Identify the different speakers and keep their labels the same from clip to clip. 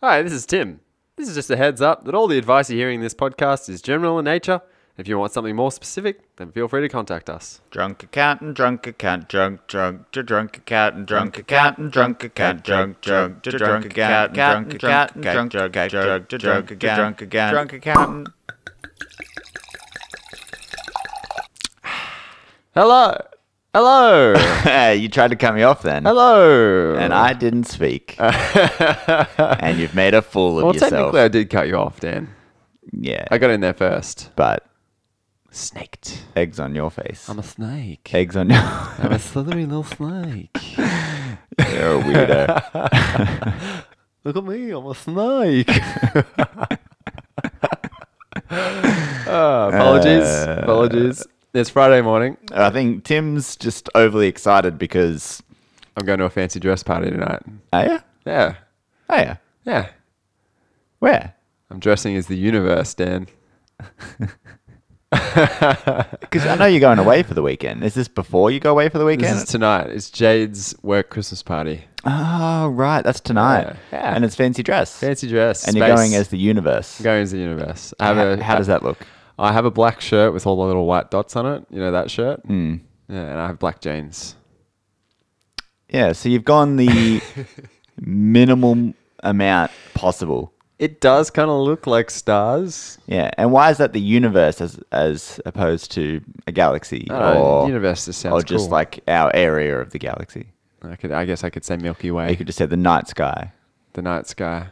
Speaker 1: Hi, this is Tim. This is just a heads up that all the advice you hear in this podcast is general in nature. If you want something more specific, then feel free to contact us.
Speaker 2: Drunk accountant, drunk account, drunk, drunk, to drunk accountant, drunk accountant, drunk account, drunk, drunk, to drunk accountant, drunk accountant, drunk, drunk, drunk, to drunk again, drunk again, drunk accountant.
Speaker 1: Hello. Hello.
Speaker 2: you tried to cut me off then,
Speaker 1: Hello.
Speaker 2: and I didn't speak. and you've made a fool of
Speaker 1: well,
Speaker 2: yourself.
Speaker 1: technically, I did cut you off, Dan.
Speaker 2: yeah,
Speaker 1: I got in there first.
Speaker 2: but
Speaker 1: Snaked.
Speaker 2: eggs on your face.
Speaker 1: I'm a snake.
Speaker 2: Eggs on your.
Speaker 1: I'm a slithery little snake.
Speaker 2: You're a weirdo.
Speaker 1: Look at me, I'm a snake. Ah, apologies. apologies. It's Friday morning.
Speaker 2: I think Tim's just overly excited because.
Speaker 1: I'm going to a fancy dress party tonight.
Speaker 2: Oh yeah,
Speaker 1: Yeah.
Speaker 2: oh yeah.
Speaker 1: Yeah.
Speaker 2: Where?
Speaker 1: I'm dressing as the universe, Dan.
Speaker 2: Because I know you're going away for the weekend. Is this before you go away for the
Speaker 1: This
Speaker 2: weekend?
Speaker 1: is tonight. It's Jade's work Christmas party.
Speaker 2: oh, right. That's tonight.
Speaker 1: Yeah. Yeah.
Speaker 2: And it's fancy dress.
Speaker 1: Fancy dress.
Speaker 2: and you're
Speaker 1: space.
Speaker 2: going as the universe.
Speaker 1: I'm going as the universe. I have
Speaker 2: how,
Speaker 1: a
Speaker 2: how does that look?
Speaker 1: I have a black shirt with all the little white dots on it. You know that shirt.
Speaker 2: Hmm.
Speaker 1: Mm. Yeah, and I have black jeans.
Speaker 2: Yeah. So you've gone the minimum amount possible.
Speaker 1: It does kind of look like stars.
Speaker 2: Yeah. And why is that the universe as as opposed to a galaxy
Speaker 1: I don't know,
Speaker 2: or
Speaker 1: universe just sounds
Speaker 2: or Oh. just
Speaker 1: cool.
Speaker 2: like our area of the galaxy?
Speaker 1: I could, I guess I could say Milky
Speaker 2: Or you
Speaker 1: Way,
Speaker 2: could just say the night sky.
Speaker 1: the night sky.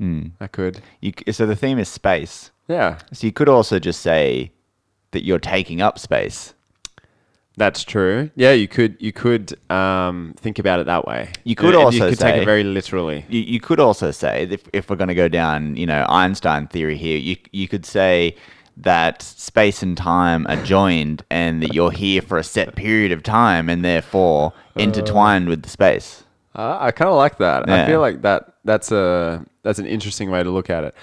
Speaker 2: Mm.
Speaker 1: I could.
Speaker 2: You, c- so the theme is space.
Speaker 1: Yeah,
Speaker 2: So you could also just say that you're taking up space.
Speaker 1: that's true. Yeah, you could. You could um, think about it that way.
Speaker 2: You could
Speaker 1: And
Speaker 2: also
Speaker 1: you could take
Speaker 2: say-
Speaker 1: it very literally.
Speaker 2: you, you could also say if, if we're going to go down you know einstein theory here you, you could say that space and time are joined and that you're here for a set period of time and therefore intertwined with the space
Speaker 1: Uh, I kind of like that.
Speaker 2: Yeah.
Speaker 1: I feel like that that's a that's an interesting way to look at it.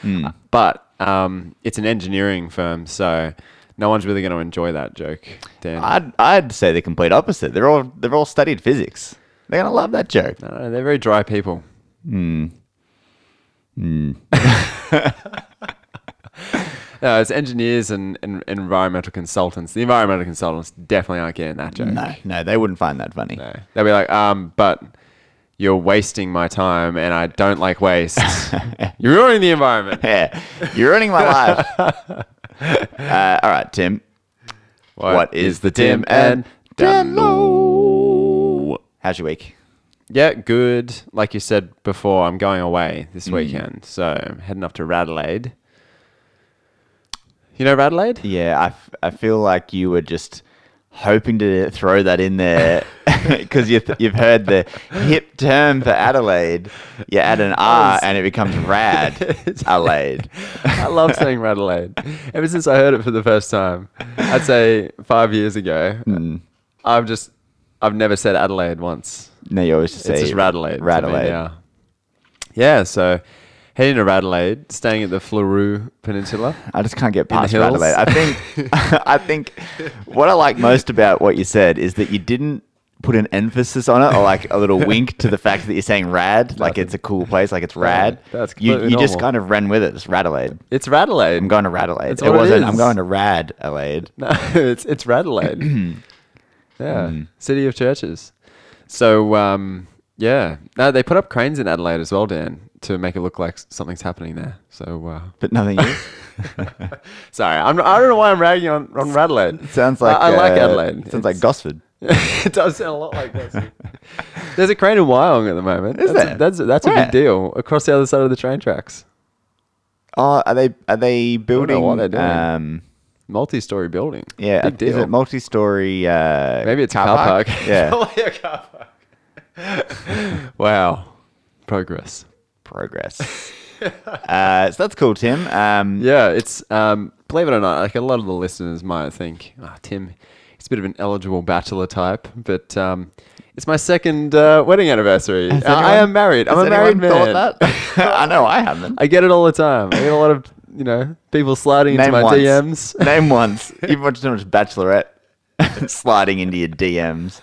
Speaker 1: But um, it's an engineering firm, so no one's really going to enjoy that joke, Dan.
Speaker 2: I'd, I'd say the complete opposite they're all they've all studied physics they're going to love that joke
Speaker 1: I don't know, they're very dry people. No, it's engineers and, and environmental consultants. The environmental consultants definitely aren't getting that joke.
Speaker 2: no no they wouldn't find that funny
Speaker 1: No. They'll be like, um, but you're wasting my time, and I don't like waste. you're ruining the environment.
Speaker 2: yeah you're ruining my life uh, all right tim what is the tim and Dan Low? how's your week
Speaker 1: Yeah, good. Like you said before, I'm going away
Speaker 2: Mm.
Speaker 1: this weekend, so I'm heading up to Radelaide. You know Radelaide?
Speaker 2: Yeah, I, f- I feel like you were just hoping to throw that in there because you th- you've heard the hip term for Adelaide. You add an R and it becomes rad. Adelaide.
Speaker 1: I love saying Radelaide. Ever since I heard it for the first time, I'd say five years ago, uh,
Speaker 2: Mm.
Speaker 1: I've just I've never said Adelaide once.
Speaker 2: No, you always just say
Speaker 1: It's just Radelaide. to me
Speaker 2: Radelaide.
Speaker 1: now. Yeah, so heading to Radelaide, staying at the Fleurou Peninsula.
Speaker 2: I just can't get past
Speaker 1: hills.
Speaker 2: Radelaide. I think I think what I like most about what you said is that you didn't put an emphasis on it or like a little wink to the fact that you're saying rad, like it's a cool place, like it's rad.
Speaker 1: That's
Speaker 2: you, you
Speaker 1: completely
Speaker 2: just
Speaker 1: normal.
Speaker 2: kind of ran with it. It's Radelaide.
Speaker 1: It's Radelaide.
Speaker 2: I'm going to Radelaide.
Speaker 1: That's
Speaker 2: it
Speaker 1: what it
Speaker 2: wasn't. I'm
Speaker 1: is.
Speaker 2: going to Rad Adelaide.
Speaker 1: No, it's it's Radelaide. yeah,
Speaker 2: Mm.
Speaker 1: city of churches. So um, yeah, no, they put up cranes in Adelaide as well, Dan, to make it look like s- something's happening there. So uh,
Speaker 2: But nothing is.
Speaker 1: sorry, I'm, I don't know why I'm ragging on on Radelaide.
Speaker 2: It sounds like
Speaker 1: I, I like
Speaker 2: uh,
Speaker 1: Adelaide.
Speaker 2: Sounds like Gosford.
Speaker 1: It's- it does sound a lot like that. There's a crane in Wyong at the moment.
Speaker 2: Is
Speaker 1: that's
Speaker 2: there?
Speaker 1: A, that's a, that's a
Speaker 2: Where?
Speaker 1: big deal across the other side of the train tracks.
Speaker 2: Oh, are they are they building?
Speaker 1: what they're doing.
Speaker 2: Um,
Speaker 1: Multi-story building.
Speaker 2: yeah,
Speaker 1: big deal.
Speaker 2: is it multi-story? Uh,
Speaker 1: Maybe it's a car park.
Speaker 2: yeah,
Speaker 1: Probably a car park. wow, progress.
Speaker 2: progress. uh, so that's cool, Tim. Um,
Speaker 1: Yeah, it's um, believe it or not, like a lot of the listeners might think, oh, Tim, he's a bit of an eligible bachelor type, but um, it's my second uh, wedding anniversary.
Speaker 2: has
Speaker 1: Uh, I
Speaker 2: anyone-
Speaker 1: am married. I'm
Speaker 2: has
Speaker 1: a married
Speaker 2: anyone
Speaker 1: man.
Speaker 2: thought that? I know I haven't.
Speaker 1: I get it all the time. I get a lot of you know people sliding into my
Speaker 2: once.
Speaker 1: DMs.
Speaker 2: Name once. You've watched too much Bachelorette sliding into your DMs.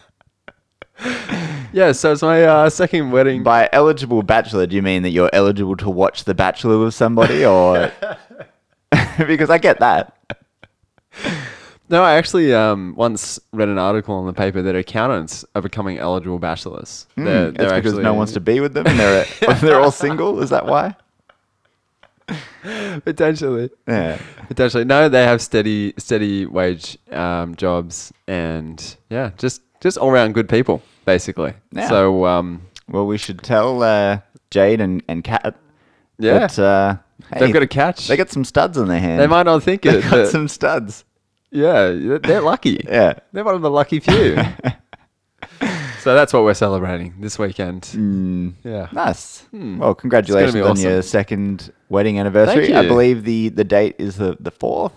Speaker 1: Yeah, so it's my uh, second wedding.
Speaker 2: By eligible bachelor, do you mean that you're eligible to watch The Bachelor with somebody, or because I get that.
Speaker 1: Uh, No, I actually um, once read an article in the paper that accountants are becoming eligible bachelors.
Speaker 2: Hmm, that's because no one wants to be with them, and they're they're all single. Is that why?
Speaker 1: potentially.
Speaker 2: Yeah.
Speaker 1: Potentially, no. They have steady, steady wage um, jobs, and yeah, just just all around good people, basically.
Speaker 2: Yeah.
Speaker 1: So um,
Speaker 2: Well, we should tell uh, Jade and and Kat.
Speaker 1: Yeah.
Speaker 2: That, uh, hey,
Speaker 1: they've got a catch.
Speaker 2: they
Speaker 1: They,
Speaker 2: got some studs on their hand.
Speaker 1: might not think
Speaker 2: They
Speaker 1: it.
Speaker 2: got
Speaker 1: but
Speaker 2: some studs.
Speaker 1: yeah, they're lucky.
Speaker 2: Yeah.
Speaker 1: They're one of the lucky few. so that's what we're celebrating this weekend.
Speaker 2: Mm.
Speaker 1: Yeah.
Speaker 2: Nice. Well, congratulations
Speaker 1: Hmm. be
Speaker 2: on
Speaker 1: awesome.
Speaker 2: your second wedding anniversary.
Speaker 1: Thank
Speaker 2: I
Speaker 1: you.
Speaker 2: believe the, the date is the the fourth,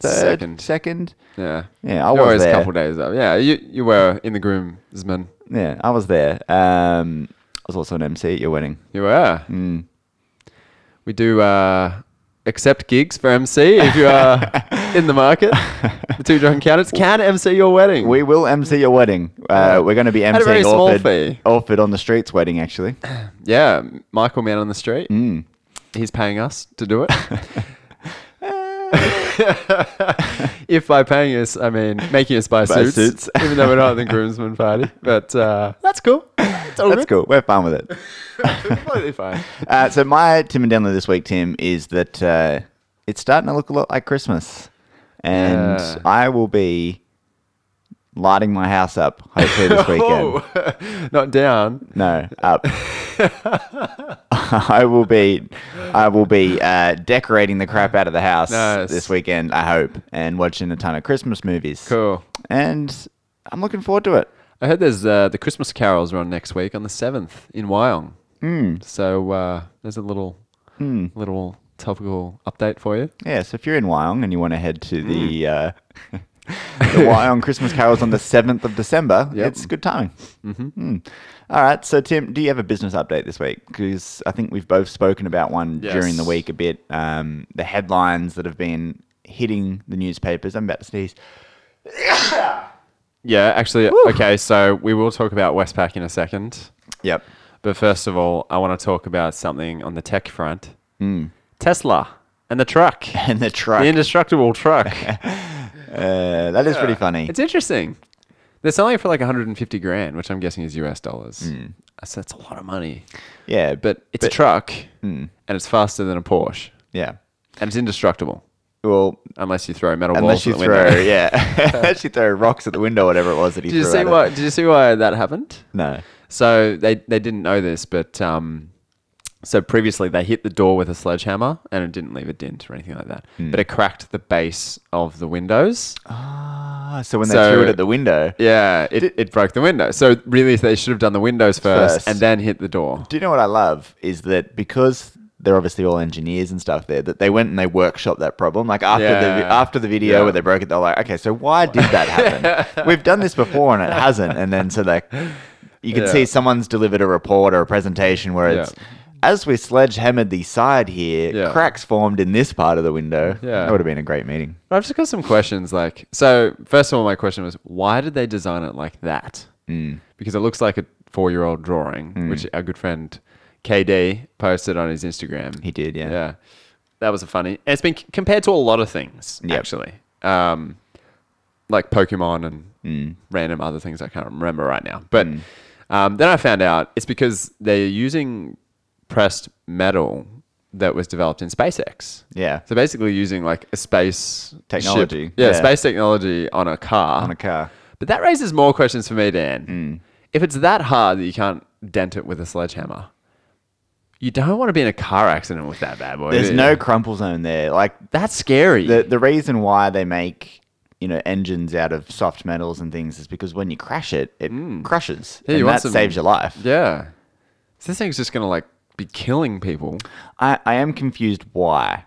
Speaker 2: third,
Speaker 1: Second.
Speaker 2: second.
Speaker 1: Yeah.
Speaker 2: Yeah,
Speaker 1: You're
Speaker 2: I was
Speaker 1: always a
Speaker 2: there.
Speaker 1: couple days up. Yeah, you, you were in the groomsman.
Speaker 2: Yeah, I was there. Um, I was also an MC at your wedding.
Speaker 1: You were.
Speaker 2: Mm.
Speaker 1: We do uh, accept gigs for MC if you are in the market. The two drunk accountants can MC your wedding.
Speaker 2: We will MC your wedding. Uh, we're going to be
Speaker 1: At a very
Speaker 2: MCing
Speaker 1: small
Speaker 2: Orford,
Speaker 1: fee.
Speaker 2: Orford on the streets wedding actually.
Speaker 1: yeah, Michael Man on the Street.
Speaker 2: Mm.
Speaker 1: He's paying us to do it. if by paying us, I mean making us buy
Speaker 2: Buy
Speaker 1: suits,
Speaker 2: suits.
Speaker 1: even though we're not at the groomsman party. But uh, that's cool. It's all
Speaker 2: That's
Speaker 1: good.
Speaker 2: cool. We're fine with it.
Speaker 1: Completely fine.
Speaker 2: Uh, so my Tim and Download this week, Tim, is that uh, it's starting to look a lot like Christmas, and
Speaker 1: Yeah.
Speaker 2: I will be lighting my house up hopefully this weekend.
Speaker 1: Oh, not down.
Speaker 2: No, up. I will be, I will be uh, decorating the crap out of the house
Speaker 1: Nice.
Speaker 2: this weekend. I hope, and watching a ton of Christmas movies.
Speaker 1: Cool.
Speaker 2: And I'm looking forward to it.
Speaker 1: I heard there's uh, the Christmas carols are on next week on the seventh in Wyong.
Speaker 2: Mm.
Speaker 1: So uh, there's a little Hmm.
Speaker 2: Mm.
Speaker 1: little topical update for you.
Speaker 2: Yeah, so if you're in Wyong and you want to head to the uh, the Wyong Christmas carols on the seventh of December,
Speaker 1: Yep.
Speaker 2: it's good timing. Mm. All right, so Tim, do you have a business update this week? Because I think we've both spoken about one during the
Speaker 1: Yes.
Speaker 2: week a bit. Um, the headlines that have been hitting the newspapers. I'm about to sneeze.
Speaker 1: Yeah, actually, okay. So we will talk about Westpac in a second,
Speaker 2: Yep.
Speaker 1: but first of all, I want to talk about something on the tech front. Hmm. Tesla and the truck,
Speaker 2: And the
Speaker 1: the
Speaker 2: truck.
Speaker 1: indestructible truck.
Speaker 2: uh, that is pretty funny.
Speaker 1: it's interesting. They're selling it for like 150 grand, which I'm guessing is US dollars. So that's a lot of money.
Speaker 2: Yeah,
Speaker 1: Hmm. But Hmm. it's a truck, and it's faster than a Porsche,
Speaker 2: yeah.
Speaker 1: and it's indestructible
Speaker 2: Well,
Speaker 1: unless you throw metal
Speaker 2: unless
Speaker 1: balls.
Speaker 2: you
Speaker 1: at the
Speaker 2: throw,
Speaker 1: window.
Speaker 2: yeah, unless you throw rocks at the window, whatever it was that he
Speaker 1: Did you
Speaker 2: threw
Speaker 1: see
Speaker 2: at it.
Speaker 1: why? Did you see why that happened?
Speaker 2: No.
Speaker 1: So they, they didn't know this, but um, so previously they hit the door with a sledgehammer and it didn't leave a dent or anything like that, but it cracked the base of the windows.
Speaker 2: Ah, so when they
Speaker 1: So-
Speaker 2: threw it at the window,
Speaker 1: Yeah, it, it broke the window. So really, they should have done the windows first,
Speaker 2: First.
Speaker 1: and then hit the door.
Speaker 2: do you know what I love is that because they're obviously all engineers and stuff there that they went and they workshopped that problem like after the
Speaker 1: Yeah.
Speaker 2: after the video
Speaker 1: Yeah.
Speaker 2: where they broke it they're like okay so why did that happen we've done this before and it hasn't and then so they you can
Speaker 1: Yeah.
Speaker 2: see someone's delivered a report or a presentation where it's
Speaker 1: Yeah.
Speaker 2: as we sledgehammered the side here
Speaker 1: Yeah.
Speaker 2: cracks formed in this part of the window
Speaker 1: Yeah.
Speaker 2: that would have been a great meeting
Speaker 1: But I've just got some questions. Like, so first of all, my question was, why did they design it like that? Mm. Because it looks like a four-year-old drawing,
Speaker 2: Mm.
Speaker 1: which our good friend KD posted on his Instagram.
Speaker 2: he did yeah,
Speaker 1: Yeah. That was a funny. and It's been c- compared to a lot of things,
Speaker 2: Yep.
Speaker 1: actually. Um, like Pokemon and
Speaker 2: Mm.
Speaker 1: random other things I can't remember right now. But um, then I found out it's because they're using pressed metal that was developed in SpaceX.
Speaker 2: Yeah.
Speaker 1: So basically using like a space ship-
Speaker 2: Technology,
Speaker 1: Yeah,
Speaker 2: yeah.
Speaker 1: space technology on a car.
Speaker 2: on a Hmm. car
Speaker 1: But that raises more questions for me, Dan. If it's that hard that you can't dent it with a sledgehammer, you don't want to be in a car accident with that bad boy.
Speaker 2: there's
Speaker 1: do you?
Speaker 2: no crumple zone there like
Speaker 1: That's scary.
Speaker 2: the the reason why they make you know engines out of soft metals and things is because when you crash it, it crushes,
Speaker 1: Hmm. Yeah, you
Speaker 2: and
Speaker 1: want
Speaker 2: that
Speaker 1: some-
Speaker 2: saves your life.
Speaker 1: yeah. So this thing's just going to like be killing people.
Speaker 2: I, I am confused why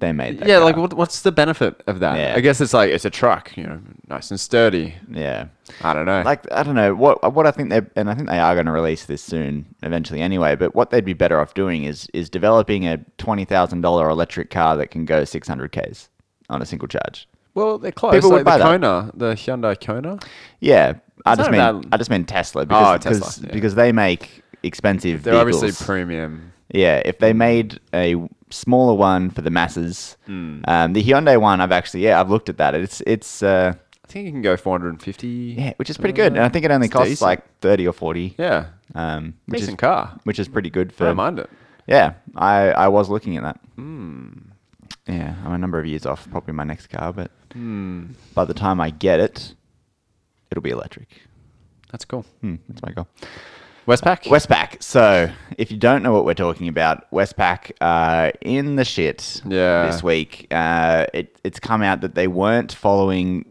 Speaker 2: they made that.
Speaker 1: yeah,
Speaker 2: car.
Speaker 1: like what, what's the benefit of that?
Speaker 2: Yeah.
Speaker 1: I guess it's like it's a truck, you know, nice and sturdy.
Speaker 2: yeah.
Speaker 1: I don't know.
Speaker 2: Like I don't know what what I think they and I think they are going to release this soon eventually anyway. But what they'd be better off doing is is developing a twenty thousand dollar electric car that can go six hundred k's on a single charge.
Speaker 1: well, they're close.
Speaker 2: people would
Speaker 1: like
Speaker 2: buy
Speaker 1: the
Speaker 2: that.
Speaker 1: Kona, the Hyundai Kona.
Speaker 2: Yeah, I
Speaker 1: It's
Speaker 2: just mean
Speaker 1: not about-
Speaker 2: I just mean Tesla because
Speaker 1: Oh, Tesla,
Speaker 2: because,
Speaker 1: yeah.
Speaker 2: because they make expensive
Speaker 1: They're
Speaker 2: vehicles.
Speaker 1: obviously premium.
Speaker 2: Yeah, if
Speaker 1: Hmm.
Speaker 2: they made a smaller one for the masses,
Speaker 1: Hmm.
Speaker 2: um, the Hyundai one, I've actually yeah, I've looked at that. It's it's uh,
Speaker 1: I think you can go 450.
Speaker 2: yeah, which is pretty good, and I think it only
Speaker 1: it's
Speaker 2: costs
Speaker 1: decent.
Speaker 2: like thirty or forty.
Speaker 1: Yeah.
Speaker 2: Um, which
Speaker 1: Decent
Speaker 2: is
Speaker 1: car.
Speaker 2: which is pretty good
Speaker 1: I
Speaker 2: for.
Speaker 1: don't mind it.
Speaker 2: Yeah, I I was looking at that.
Speaker 1: Hmm.
Speaker 2: Yeah, I'm a number of years off probably my next car, but
Speaker 1: Hmm.
Speaker 2: by the time I get it, it'll be electric.
Speaker 1: That's cool.
Speaker 2: Hmm, that's my goal.
Speaker 1: Westpac.
Speaker 2: Westpac. So, if you don't know what we're talking about, Westpac uh, in the shit
Speaker 1: Yeah.
Speaker 2: this week. Uh, it, it's come out that they weren't following.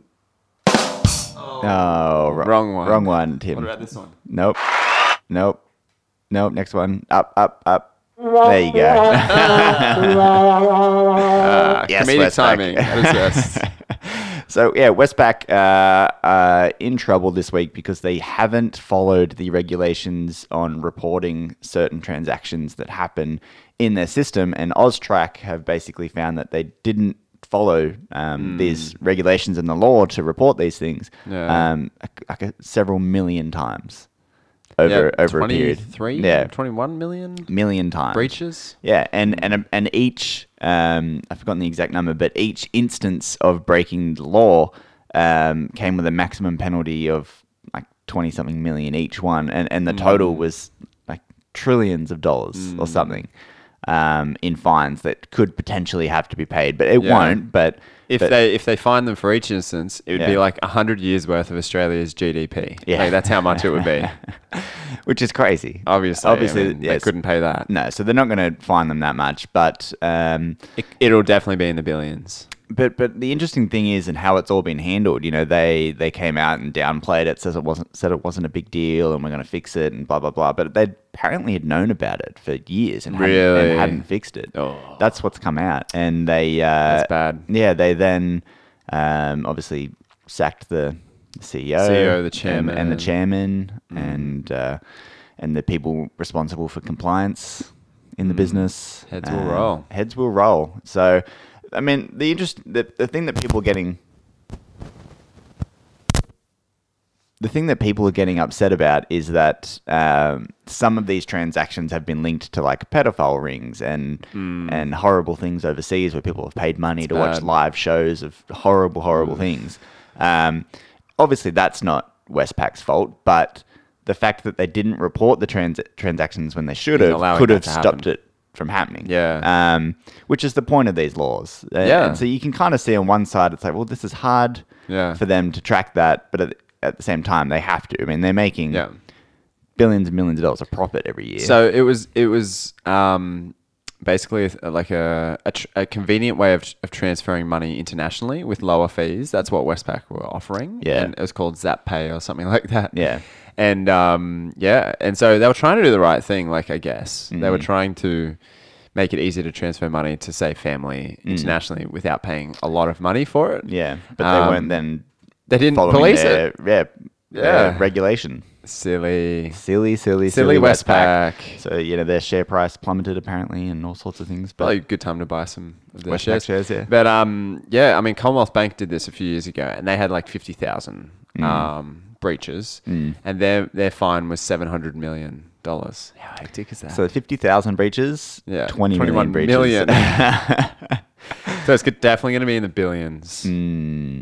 Speaker 2: Oh, ro-
Speaker 1: Wrong one.
Speaker 2: Wrong one, Tim.
Speaker 1: What about this one?
Speaker 2: Nope. Nope. Nope. Next one. Up, up, up. There you go.
Speaker 1: Uh,
Speaker 2: Yes,
Speaker 1: comedic
Speaker 2: Westpac.
Speaker 1: timing. Possessed.
Speaker 2: So yeah, Westpac uh, uh, in trouble this week because they haven't followed the regulations on reporting certain transactions that happen in their system, and Oztrack have basically found that they didn't follow
Speaker 1: Hmm.
Speaker 2: um, these regulations in the law to report these things
Speaker 1: Yeah.
Speaker 2: um, like a, several million times over
Speaker 1: yeah,
Speaker 2: over a period.
Speaker 1: 23,
Speaker 2: yeah,
Speaker 1: 21 million
Speaker 2: million times
Speaker 1: breaches.
Speaker 2: yeah,
Speaker 1: Mm.
Speaker 2: and and and each um, I've forgotten the exact number, but each instance of breaking the law um, came with a maximum penalty of like twenty something million each one, and and the total
Speaker 1: Mm.
Speaker 2: was like trillions of dollars or something um, in fines that could potentially have to be paid, but it
Speaker 1: Yeah.
Speaker 2: won't. But
Speaker 1: If
Speaker 2: but-
Speaker 1: they if they find them for each instance, it would be
Speaker 2: Yeah.
Speaker 1: like hundred years worth of Australia's GDP.
Speaker 2: Yeah.
Speaker 1: Like, that's how much it would be.
Speaker 2: which is crazy,
Speaker 1: Obviously, I
Speaker 2: obviously,
Speaker 1: mean,
Speaker 2: yes.
Speaker 1: they couldn't pay that.
Speaker 2: No, so they're not going to fine them that much, but. Um,
Speaker 1: It, it'll definitely be in the billions.
Speaker 2: But but the interesting thing is and how it's all been handled. You know, they they came out and downplayed it, says it wasn't said it wasn't a big deal, and we're going to fix it, and blah blah blah. But they apparently had known about it for years and, hadn't,
Speaker 1: Really?
Speaker 2: and hadn't fixed it.
Speaker 1: Oh.
Speaker 2: That's what's come out, and they uh,
Speaker 1: That's bad.
Speaker 2: Yeah, they then um, obviously sacked the CEO,
Speaker 1: CEO, E the
Speaker 2: and- and, the
Speaker 1: chairman.
Speaker 2: chairman,
Speaker 1: Mm.
Speaker 2: and uh, and the people responsible for compliance in the business.
Speaker 1: Mm. Heads will roll.
Speaker 2: Heads will roll. So, I mean, the interest, the, the thing that people are getting, the thing that people are getting upset about is that um, some of these transactions have been linked to like pedophile rings and and horrible things overseas where people have paid money to watch
Speaker 1: Hmm. bad. Hmm.
Speaker 2: live shows of horrible, horrible things. Um, obviously, that's not Westpac's fault, but the fact that they didn't report the trans- transactions when they should
Speaker 1: Is
Speaker 2: have
Speaker 1: allowing
Speaker 2: could
Speaker 1: that
Speaker 2: have
Speaker 1: to happen.
Speaker 2: stopped it from happening.
Speaker 1: Yeah.
Speaker 2: Um, which is the point of these laws. Uh,
Speaker 1: Yeah.
Speaker 2: And so you can kind of see on one side, it's like, well, this is hard
Speaker 1: Yeah.
Speaker 2: for them to track that, but at, at the same time, they have to. I mean, they're making
Speaker 1: Yeah.
Speaker 2: billions and millions of dollars of profit every year.
Speaker 1: So it was it was um, basically a- like a, a, tr- a convenient way of, of transferring money internationally with lower fees. That's what Westpac were offering.
Speaker 2: Yeah.
Speaker 1: and it was called ZapPay or something like that.
Speaker 2: Yeah.
Speaker 1: and um, yeah, and so they were trying to do the right thing. Like I guess they were
Speaker 2: Mm.
Speaker 1: trying to make it easy to transfer money to say family internationally without paying a lot of money for it.
Speaker 2: Mm. yeah. But
Speaker 1: Um,
Speaker 2: they weren't then
Speaker 1: they didn't
Speaker 2: following
Speaker 1: police
Speaker 2: their,
Speaker 1: it.
Speaker 2: Yeah. their
Speaker 1: Yeah.
Speaker 2: regulation.
Speaker 1: Silly.
Speaker 2: Silly,
Speaker 1: Silly
Speaker 2: silly, silly,
Speaker 1: Westpac.
Speaker 2: So, you know, their share price plummeted apparently and all sorts of things. But
Speaker 1: Probably a good time to buy some of their
Speaker 2: Westpac
Speaker 1: shares.
Speaker 2: shares, yeah.
Speaker 1: But um, yeah, I mean, Commonwealth Bank did this a few years ago, and they had like fifty thousand um, breaches, and their their fine was seven hundred million dollars. How hectic is that?
Speaker 2: so 50,000 breaches,
Speaker 1: yeah,
Speaker 2: 20 million
Speaker 1: 21
Speaker 2: breaches.
Speaker 1: million. so it's good- definitely going to be in the billions,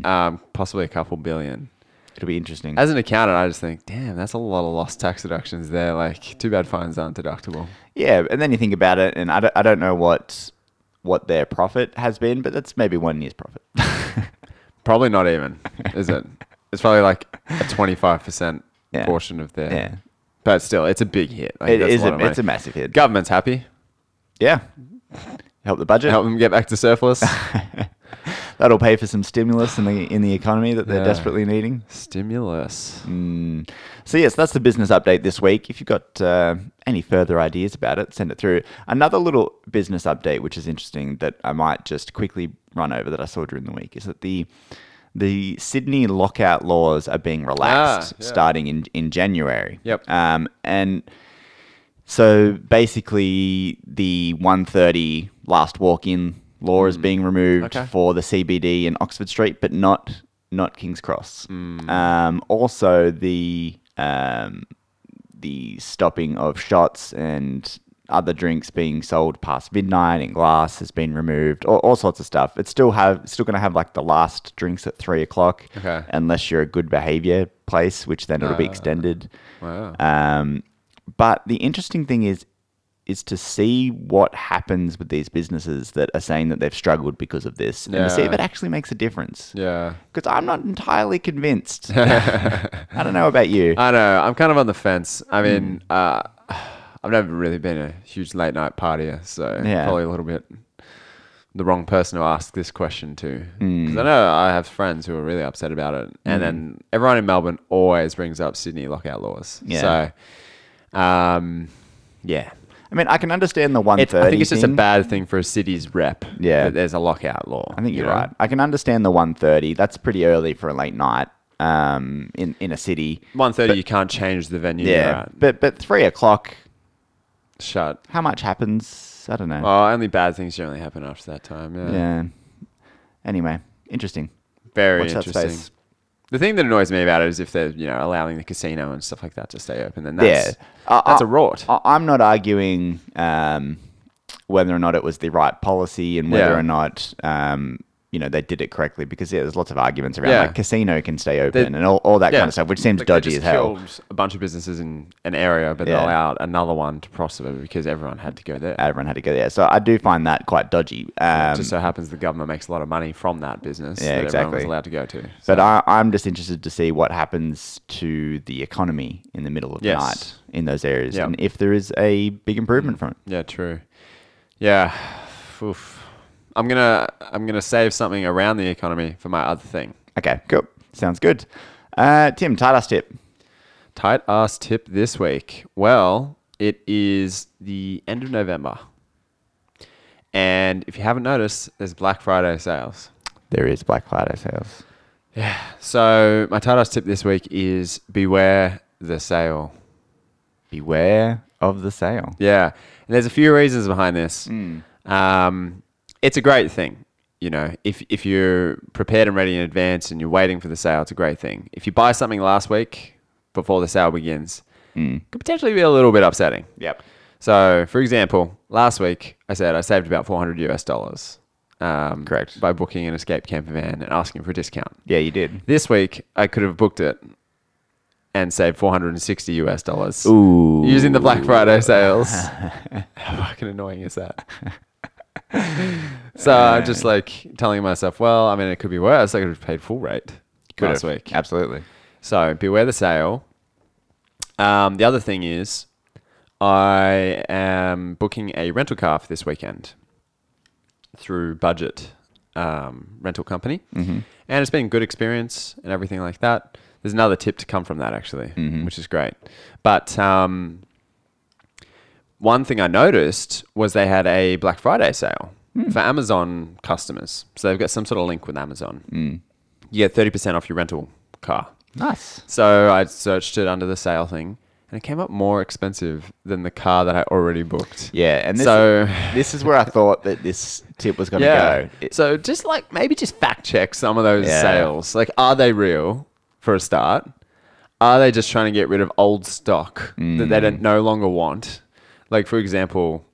Speaker 1: um, possibly a couple billion.
Speaker 2: It'll be interesting.
Speaker 1: As an accountant, I just think, damn, that's a lot of lost tax deductions there. Like, too bad fines aren't deductible.
Speaker 2: Yeah, and then you think about it, and I don't, I don't know what what their profit has been, but that's maybe one year's profit.
Speaker 1: Probably not even, is it? It's probably like a 25%
Speaker 2: Yeah.
Speaker 1: portion of their.
Speaker 2: Yeah.
Speaker 1: But still, it's a big hit. Like,
Speaker 2: it
Speaker 1: that's
Speaker 2: is
Speaker 1: lot
Speaker 2: a,
Speaker 1: of
Speaker 2: it's a
Speaker 1: money.
Speaker 2: massive hit.
Speaker 1: Government's happy.
Speaker 2: yeah, help the budget.
Speaker 1: Help them get back to surplus.
Speaker 2: That'll pay for some stimulus in the in the economy that they're
Speaker 1: Yeah.
Speaker 2: desperately needing.
Speaker 1: Stimulus.
Speaker 2: Mm. So yes, that's the business update this week. If you've got uh, any further ideas about it, send it through. Another little business update, which is interesting, that I might just quickly run over that I saw during the week, is that the the Sydney lockout laws are being relaxed
Speaker 1: Ah, yeah.
Speaker 2: starting in in January.
Speaker 1: Yep.
Speaker 2: Um, and so basically, the 130 last walk in law is being removed
Speaker 1: Mm. Okay.
Speaker 2: for the CBD in Oxford Street, but not not King's Cross.
Speaker 1: Mm.
Speaker 2: Um, also, the um, the stopping of shots and other drinks being sold past midnight in glass has been removed. All, all sorts of stuff. It's still have still going to have like the last drinks at three o'clock,
Speaker 1: Okay.
Speaker 2: unless you're a good behavior place, which then it'll be
Speaker 1: Ah.
Speaker 2: extended.
Speaker 1: Wow.
Speaker 2: Um, but the interesting thing is is to see what happens with these businesses that are saying that they've struggled because of this, and to see if
Speaker 1: Yeah.
Speaker 2: it actually makes a difference.
Speaker 1: yeah.
Speaker 2: Because I'm not entirely convinced. I don't know about you.
Speaker 1: I know. I'm kind of on the fence.
Speaker 2: Mm.
Speaker 1: I mean, uh, I've never really been a huge late night partier, so
Speaker 2: Yeah.
Speaker 1: probably a little bit the wrong person to ask this question to.
Speaker 2: Mm.
Speaker 1: Because I know I have friends who are really upset about it, and then everyone in Melbourne always brings up Sydney lockout laws.
Speaker 2: Yeah.
Speaker 1: So, um, yeah.
Speaker 2: I mean, I can understand the one
Speaker 1: It's,
Speaker 2: thirty.
Speaker 1: I think it's just a
Speaker 2: thing.
Speaker 1: bad thing for a city's rep.
Speaker 2: Yeah.
Speaker 1: that there's a lockout law.
Speaker 2: I think
Speaker 1: you
Speaker 2: you're
Speaker 1: know?
Speaker 2: right. I can understand the one thirty. That's pretty early for a late night um, in in a city.
Speaker 1: One thirty, you can't change the venue.
Speaker 2: Yeah,
Speaker 1: you're right.
Speaker 2: but but three o'clock.
Speaker 1: shut.
Speaker 2: How much happens? I don't know.
Speaker 1: Well, only bad things generally happen after that time.
Speaker 2: yeah. Anyway, interesting.
Speaker 1: Very
Speaker 2: Watch that
Speaker 1: interesting.
Speaker 2: space.
Speaker 1: The thing that annoys me about it is if they're you know allowing the casino and stuff like that to stay open, then
Speaker 2: Yeah.
Speaker 1: that's
Speaker 2: I-
Speaker 1: that's
Speaker 2: I-
Speaker 1: a rort.
Speaker 2: I- I'm not arguing um, whether or not it was the right policy and whether
Speaker 1: Yeah.
Speaker 2: or not um, you know they did it correctly because yeah, there's lots of arguments around
Speaker 1: Yeah.
Speaker 2: like casino can stay open and all, all that
Speaker 1: yeah.
Speaker 2: kind of stuff, which seems
Speaker 1: Like, they
Speaker 2: dodgy as
Speaker 1: just
Speaker 2: hell.
Speaker 1: killed A bunch of businesses in an area, but
Speaker 2: Yeah.
Speaker 1: they allowed another one to prosper because everyone had to go there.
Speaker 2: Everyone had to go there, so I do find that quite dodgy.
Speaker 1: it
Speaker 2: Um,
Speaker 1: just so happens the government makes a lot of money from that business
Speaker 2: Yeah,
Speaker 1: that everyone
Speaker 2: exactly.
Speaker 1: was allowed to go to. So,
Speaker 2: but I, I'm just interested to see what happens to the economy in the middle of
Speaker 1: Yes.
Speaker 2: the night in those areas,
Speaker 1: Yeah. Mm.
Speaker 2: and if there is a big improvement from it.
Speaker 1: yeah, true. Yeah, Oof. I'm gonna I'm gonna save something around the economy for my other thing.
Speaker 2: Okay, cool, sounds good. Uh, Tim, tight ass tip.
Speaker 1: Tight ass tip this week. Well, it is the end of November. And if you haven't noticed, there's Black Friday sales.
Speaker 2: There is Black Friday sales.
Speaker 1: So, my tight ass tip this week is beware the sale.
Speaker 2: Beware of the sale.
Speaker 1: Yeah. And there's a few reasons behind this.
Speaker 2: Hmm.
Speaker 1: Um, it's a great thing. You know, if, if you're prepared and ready in advance and you're waiting for the sale, it's a great thing. If you buy something last week before the sale begins,
Speaker 2: Hmm.
Speaker 1: could potentially be a little bit upsetting.
Speaker 2: Yep.
Speaker 1: So, for example, last week I said I saved about 400 US dollars. Um,
Speaker 2: Correct.
Speaker 1: By booking an escape camper van and asking for a discount.
Speaker 2: Yeah, you did.
Speaker 1: This week I could have booked it and saved 460 US dollars
Speaker 2: Ooh.
Speaker 1: using the Black Friday sales. How fucking annoying is that? so I'm just like telling myself, well, I mean, it could be worse. I could have paid full rate last week.
Speaker 2: Absolutely.
Speaker 1: So beware the sale. Um, the other thing is, I am booking a rental car for this weekend through Budget um, Rental Company, mm-hmm. and it's been a good experience and everything like that. There's another tip to come from that actually, which is great. But um, one thing I noticed was they had a Black Friday sale for Amazon customers, so they've got some sort of link with Amazon. You get thirty percent off your rental car.
Speaker 2: Nice.
Speaker 1: So I searched it under the sale thing, and it came up more expensive than the car that I already booked.
Speaker 2: Yeah, and this,
Speaker 1: So-
Speaker 2: this is where I thought that this tip was going to go. It-
Speaker 1: so just like maybe just fact check some of those
Speaker 2: Yeah.
Speaker 1: sales. Like, are they real for a start? Are they just trying to get rid of old stock that they
Speaker 2: Mm.
Speaker 1: don't no longer want? Like, for example,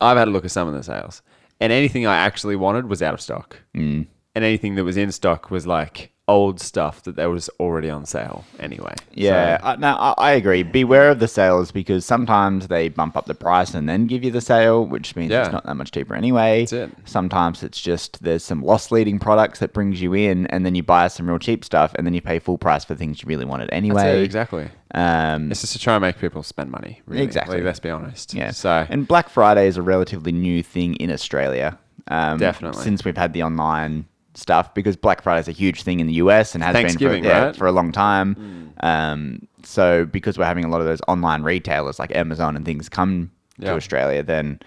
Speaker 1: I've had a look at some of the sales, and anything I actually wanted was out of stock, mm. and anything that was in stock was like old stuff that there was already on sale anyway. So-
Speaker 2: yeah, I, no, I, I agree. Beware of the sales because sometimes they bump up the price and then give you the sale, which means
Speaker 1: Yeah.
Speaker 2: it's not that much cheaper anyway.
Speaker 1: That's it.
Speaker 2: Sometimes it's just there's some loss leading products that brings you in, and then you buy some real cheap stuff, and then you pay full price for things you really wanted anyway.
Speaker 1: That's it, exactly.
Speaker 2: Um,
Speaker 1: It's just to try and make people spend money. Really.
Speaker 2: Exactly.
Speaker 1: Like, let's be honest.
Speaker 2: Yeah.
Speaker 1: So
Speaker 2: and Black Friday is a relatively new thing in Australia. Um,
Speaker 1: Definitely.
Speaker 2: Since we've had the online stuff, because Black Friday is a huge thing in the US and has been for,
Speaker 1: Thanksgiving,
Speaker 2: yeah,
Speaker 1: right? Mm.
Speaker 2: for a long time. Um, so because we're having a lot of those online retailers like Amazon and things come
Speaker 1: Yeah.
Speaker 2: to Australia, then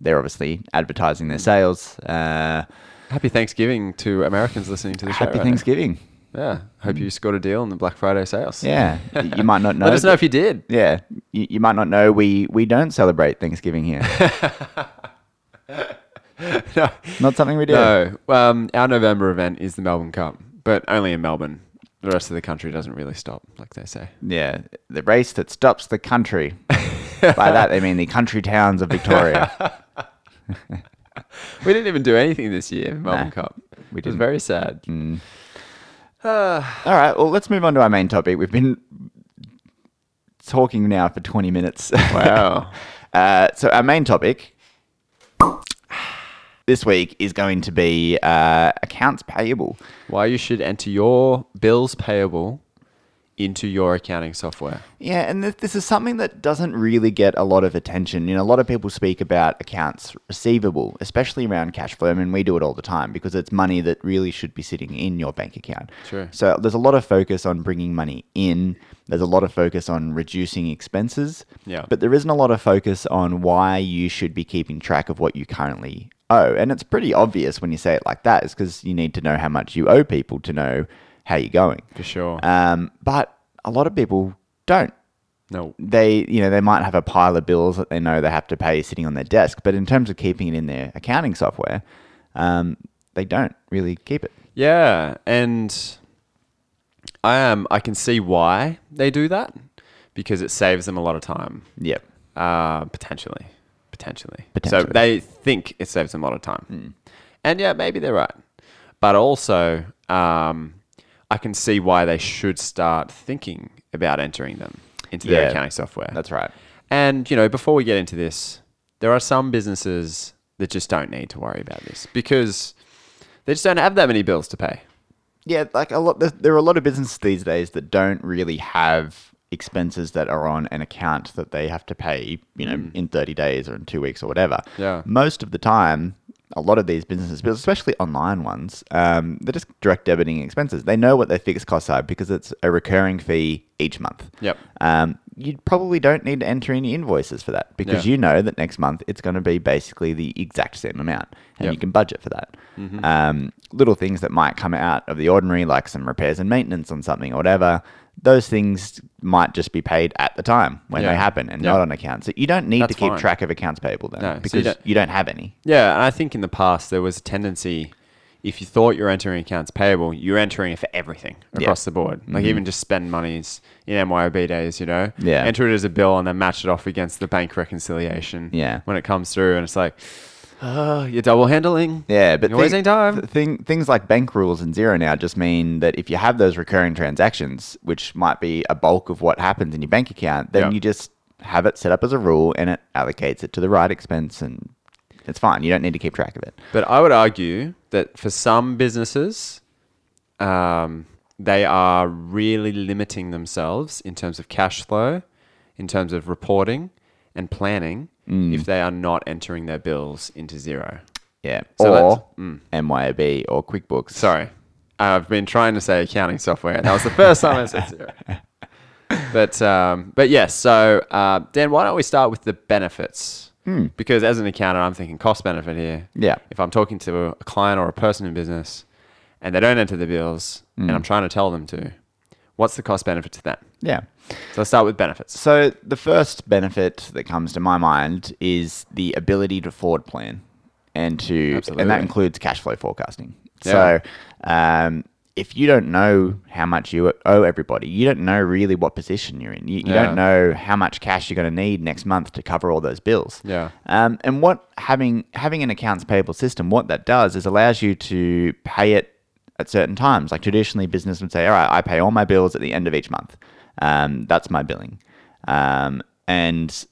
Speaker 2: they're obviously advertising their sales. Uh,
Speaker 1: happy Thanksgiving to Americans listening to the show.
Speaker 2: happy
Speaker 1: right
Speaker 2: Thanksgiving.
Speaker 1: now. Yeah. Hope you scored a deal on the Black Friday sales.
Speaker 2: Yeah. Y- you might not know.
Speaker 1: Let us know
Speaker 2: but-
Speaker 1: if you did.
Speaker 2: yeah, you, you might not know we, we don't celebrate Thanksgiving here.
Speaker 1: no.
Speaker 2: Not something we do.
Speaker 1: No. Um, our November event is the Melbourne Cup. but only in Melbourne. The rest of the country doesn't really stop, like they say.
Speaker 2: Yeah, the race that stops the country. By that, they mean the country towns of Victoria.
Speaker 1: We didn't even do anything this year, Melbourne Cup.
Speaker 2: we
Speaker 1: It was
Speaker 2: didn't.
Speaker 1: very sad.
Speaker 2: All right, well, let's move on to our main topic. We've been talking now for 20 minutes.
Speaker 1: Wow.
Speaker 2: Uh, so our main topic this week is going to be uh, accounts payable.
Speaker 1: Why you should enter your bills payable into your accounting software.
Speaker 2: Yeah, and th- this is something that doesn't really get a lot of attention. You know, a lot of people speak about accounts receivable, especially around cash flow. I mean, we do it all the time because it's money that really should be sitting in your bank account.
Speaker 1: Sure.
Speaker 2: So there's a lot of focus on bringing money in. There's a lot of focus on reducing expenses.
Speaker 1: Yeah.
Speaker 2: But there isn't a lot of focus on why you should be keeping track of what you currently owe. And it's pretty obvious when you say it like that, is because you need to know how much you owe people to know how you're going.
Speaker 1: For sure.
Speaker 2: Um, but a lot of people don't.
Speaker 1: no.
Speaker 2: They, you know, they might have a pile of bills that they know they have to pay sitting on their desk, but in terms of keeping it in their accounting software, um, they don't really keep it.
Speaker 1: Yeah, and I am. I can see why they do that because it saves them a lot of time.
Speaker 2: Yep.
Speaker 1: Uh, potentially, potentially. So
Speaker 2: Potentially. Hmm.
Speaker 1: they think it saves them a lot of time, and yeah, maybe they're right. But also, um, I can see why they should start thinking about entering them into their
Speaker 2: Yeah.
Speaker 1: accounting software.
Speaker 2: That's right.
Speaker 1: And, you know, before we get into this, there are some businesses that just don't need to worry about this because they just don't have that many bills to pay.
Speaker 2: Yeah, like a lot. there- There are a lot of businesses these days that don't really have expenses that are on an account that they have to pay, you know, in 30 days or in two weeks or whatever.
Speaker 1: Yeah.
Speaker 2: Most of the time, a lot of these businesses, but especially online ones, um, they're just direct debiting expenses. They know what their fixed costs are because it's a recurring fee each month.
Speaker 1: Yep.
Speaker 2: Um, you probably don't need to enter any invoices for that because
Speaker 1: Yeah.
Speaker 2: you know that next month it's going to be basically the exact same amount and
Speaker 1: Yep.
Speaker 2: you can budget for that.
Speaker 1: Mm-hmm.
Speaker 2: Um, little things that might come out of the ordinary, like some repairs and maintenance on something or whatever, those things might just be paid at the time when
Speaker 1: Yeah.
Speaker 2: they happen and
Speaker 1: Yeah.
Speaker 2: not on accounts. So you don't need
Speaker 1: That's
Speaker 2: to keep
Speaker 1: fine.
Speaker 2: track of accounts payable then
Speaker 1: No, so you
Speaker 2: because you,
Speaker 1: don't-
Speaker 2: don't, have any.
Speaker 1: Yeah, and I think in the past there was a tendency if you thought you're entering accounts payable, you're entering it for everything
Speaker 2: Yeah. Mm-hmm.
Speaker 1: across the board. Like even just spend monies in MYOB days, you know?
Speaker 2: Yeah.
Speaker 1: Enter it as a bill and then match it off against the bank reconciliation.
Speaker 2: Yeah.
Speaker 1: When it comes through and it's like, oh, you're double handling.
Speaker 2: Yeah, but
Speaker 1: you're wasting time.
Speaker 2: th- thing, things like bank rules and zero now just mean that if you have those recurring transactions, which might be a bulk of what happens in your bank account, then
Speaker 1: Yeah.
Speaker 2: you just have it set up as a rule and it allocates it to the right expense and it's fine. You don't need to keep track of it.
Speaker 1: But I would argue that for some businesses, um, they are really limiting themselves in terms of cash flow, in terms of reporting and planning, if they are not entering their bills into zero.
Speaker 2: Yeah.
Speaker 1: So that's- mm.
Speaker 2: or MYOB or QuickBooks.
Speaker 1: Sorry, I've been trying to say accounting software, and that was the first time I said zero. But um, but yes, so uh, Dan, why don't we start with the benefits? Because as an accountant, I'm thinking cost benefit here.
Speaker 2: Yeah.
Speaker 1: If I'm talking to a client or a person in business, and they don't enter the bills,
Speaker 2: Mm.
Speaker 1: and I'm trying to tell them to, what's the cost benefit to them?
Speaker 2: Yeah.
Speaker 1: So let's start with benefits.
Speaker 2: So the first benefit that comes to my mind is the ability to forward plan, and to and
Speaker 1: Absolutely.
Speaker 2: that includes cash flow forecasting.
Speaker 1: Yeah.
Speaker 2: So um, if you don't know how much you owe everybody, you don't know really what position you're in. You, you
Speaker 1: Yeah.
Speaker 2: don't know how much cash you're going to need next month to cover all those bills.
Speaker 1: Yeah.
Speaker 2: Um, and what having having an accounts payable system, what that does is allows you to pay it at certain times. Like traditionally, business would say, "All right, I pay all my bills at the end of each month. Um, that's my billing." Um, and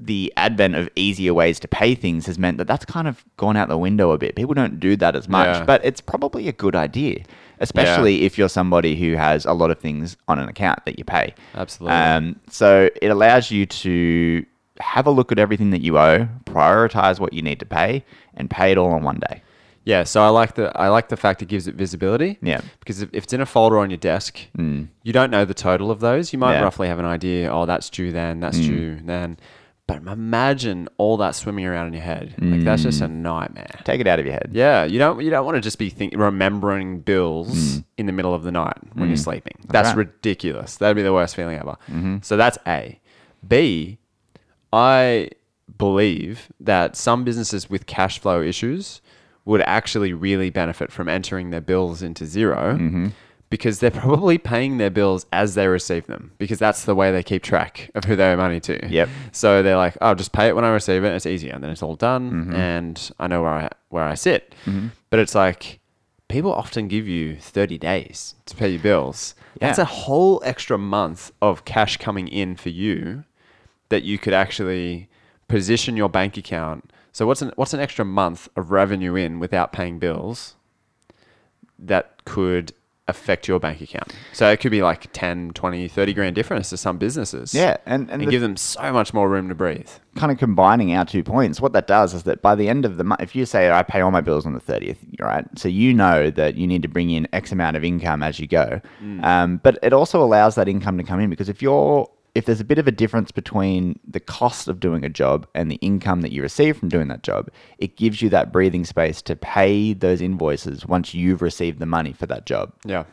Speaker 2: the advent of easier ways to pay things has meant that that's kind of gone out the window a bit. People don't do that as much,
Speaker 1: Yeah.
Speaker 2: but it's probably a good idea, especially if you're somebody who has a lot of things on an account that you pay.
Speaker 1: Absolutely.
Speaker 2: Um, so it allows you to have a look at everything that you owe, prioritize what you need to pay, and pay it all in one day.
Speaker 1: Yeah, so I like the I like the fact it gives it visibility.
Speaker 2: Yeah. Mm.
Speaker 1: Because if, if it's in a folder on your desk, you don't know the total of those. You might
Speaker 2: Yeah. Mm.
Speaker 1: roughly have an idea, oh that's due then, that's due then. But imagine all that swimming around in your head. Like that's just a
Speaker 2: Mm.
Speaker 1: nightmare.
Speaker 2: Take it out of your head.
Speaker 1: Yeah, you don't you don't want to just be think, remembering bills in the middle of the night when you're sleeping. That's,
Speaker 2: right.
Speaker 1: ridiculous. That'd be the worst feeling ever. So that's A. B, I believe that some businesses with cash flow issues would actually really benefit from entering their bills into 0
Speaker 2: Mm-hmm.
Speaker 1: because they're probably paying their bills as they receive them because that's the way they keep track of who they owe money to.
Speaker 2: Yep.
Speaker 1: So they're like, oh, just pay it when I receive it. It's easier, and then it's all done,
Speaker 2: Mm-hmm.
Speaker 1: and I know where I where I sit. But it's like people often give you thirty days to pay your bills. That's
Speaker 2: Yeah.
Speaker 1: a whole extra month of cash coming in for you that you could actually position your bank account. So what's an what's an extra month of revenue in without paying bills that could affect your bank account. So it could be like 10, 20, 30 grand difference to some businesses.
Speaker 2: Yeah, and- and
Speaker 1: and,
Speaker 2: the-
Speaker 1: give them so much more room to breathe.
Speaker 2: kind of combining our two points, what that does is that by the end of the month, if you say I pay all my bills on the thirtieth, right? So you know that you need to bring in X amount of income as you go, um, but it also allows that income to come in because if you're if there's a bit of a difference between the cost of doing a job and the income that you receive from doing that job, it gives you that breathing space to pay those invoices once you've received the money for that job
Speaker 1: Yeah.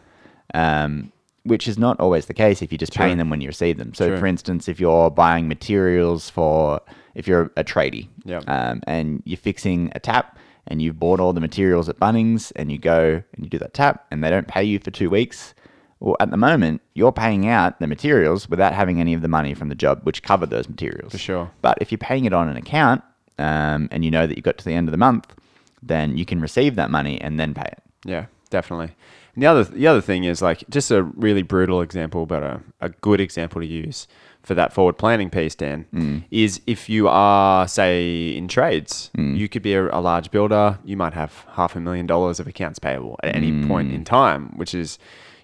Speaker 2: um, which is not always the case if you're just paying them when you receive them. So,
Speaker 1: True.
Speaker 2: for instance, if you're buying materials for, if you're a tradie
Speaker 1: Yeah.
Speaker 2: um, and you're fixing a tap and you've bought all the materials at Bunnings and you go and you do that tap and they don't pay you for two weeks, well, at the moment, you're paying out the materials without having any of the money from the job which covered those materials. For
Speaker 1: sure.
Speaker 2: But if you're paying it on an account um, and you know that you got to the end of the month, then you can receive that money and then pay it.
Speaker 1: Yeah, definitely. And the other the other thing is like just a really brutal example, but a, a good example to use for that forward planning piece, Dan, is if you are say in trades, you could be a, a large builder. You might have half a million dollars of accounts payable at any point in time, which is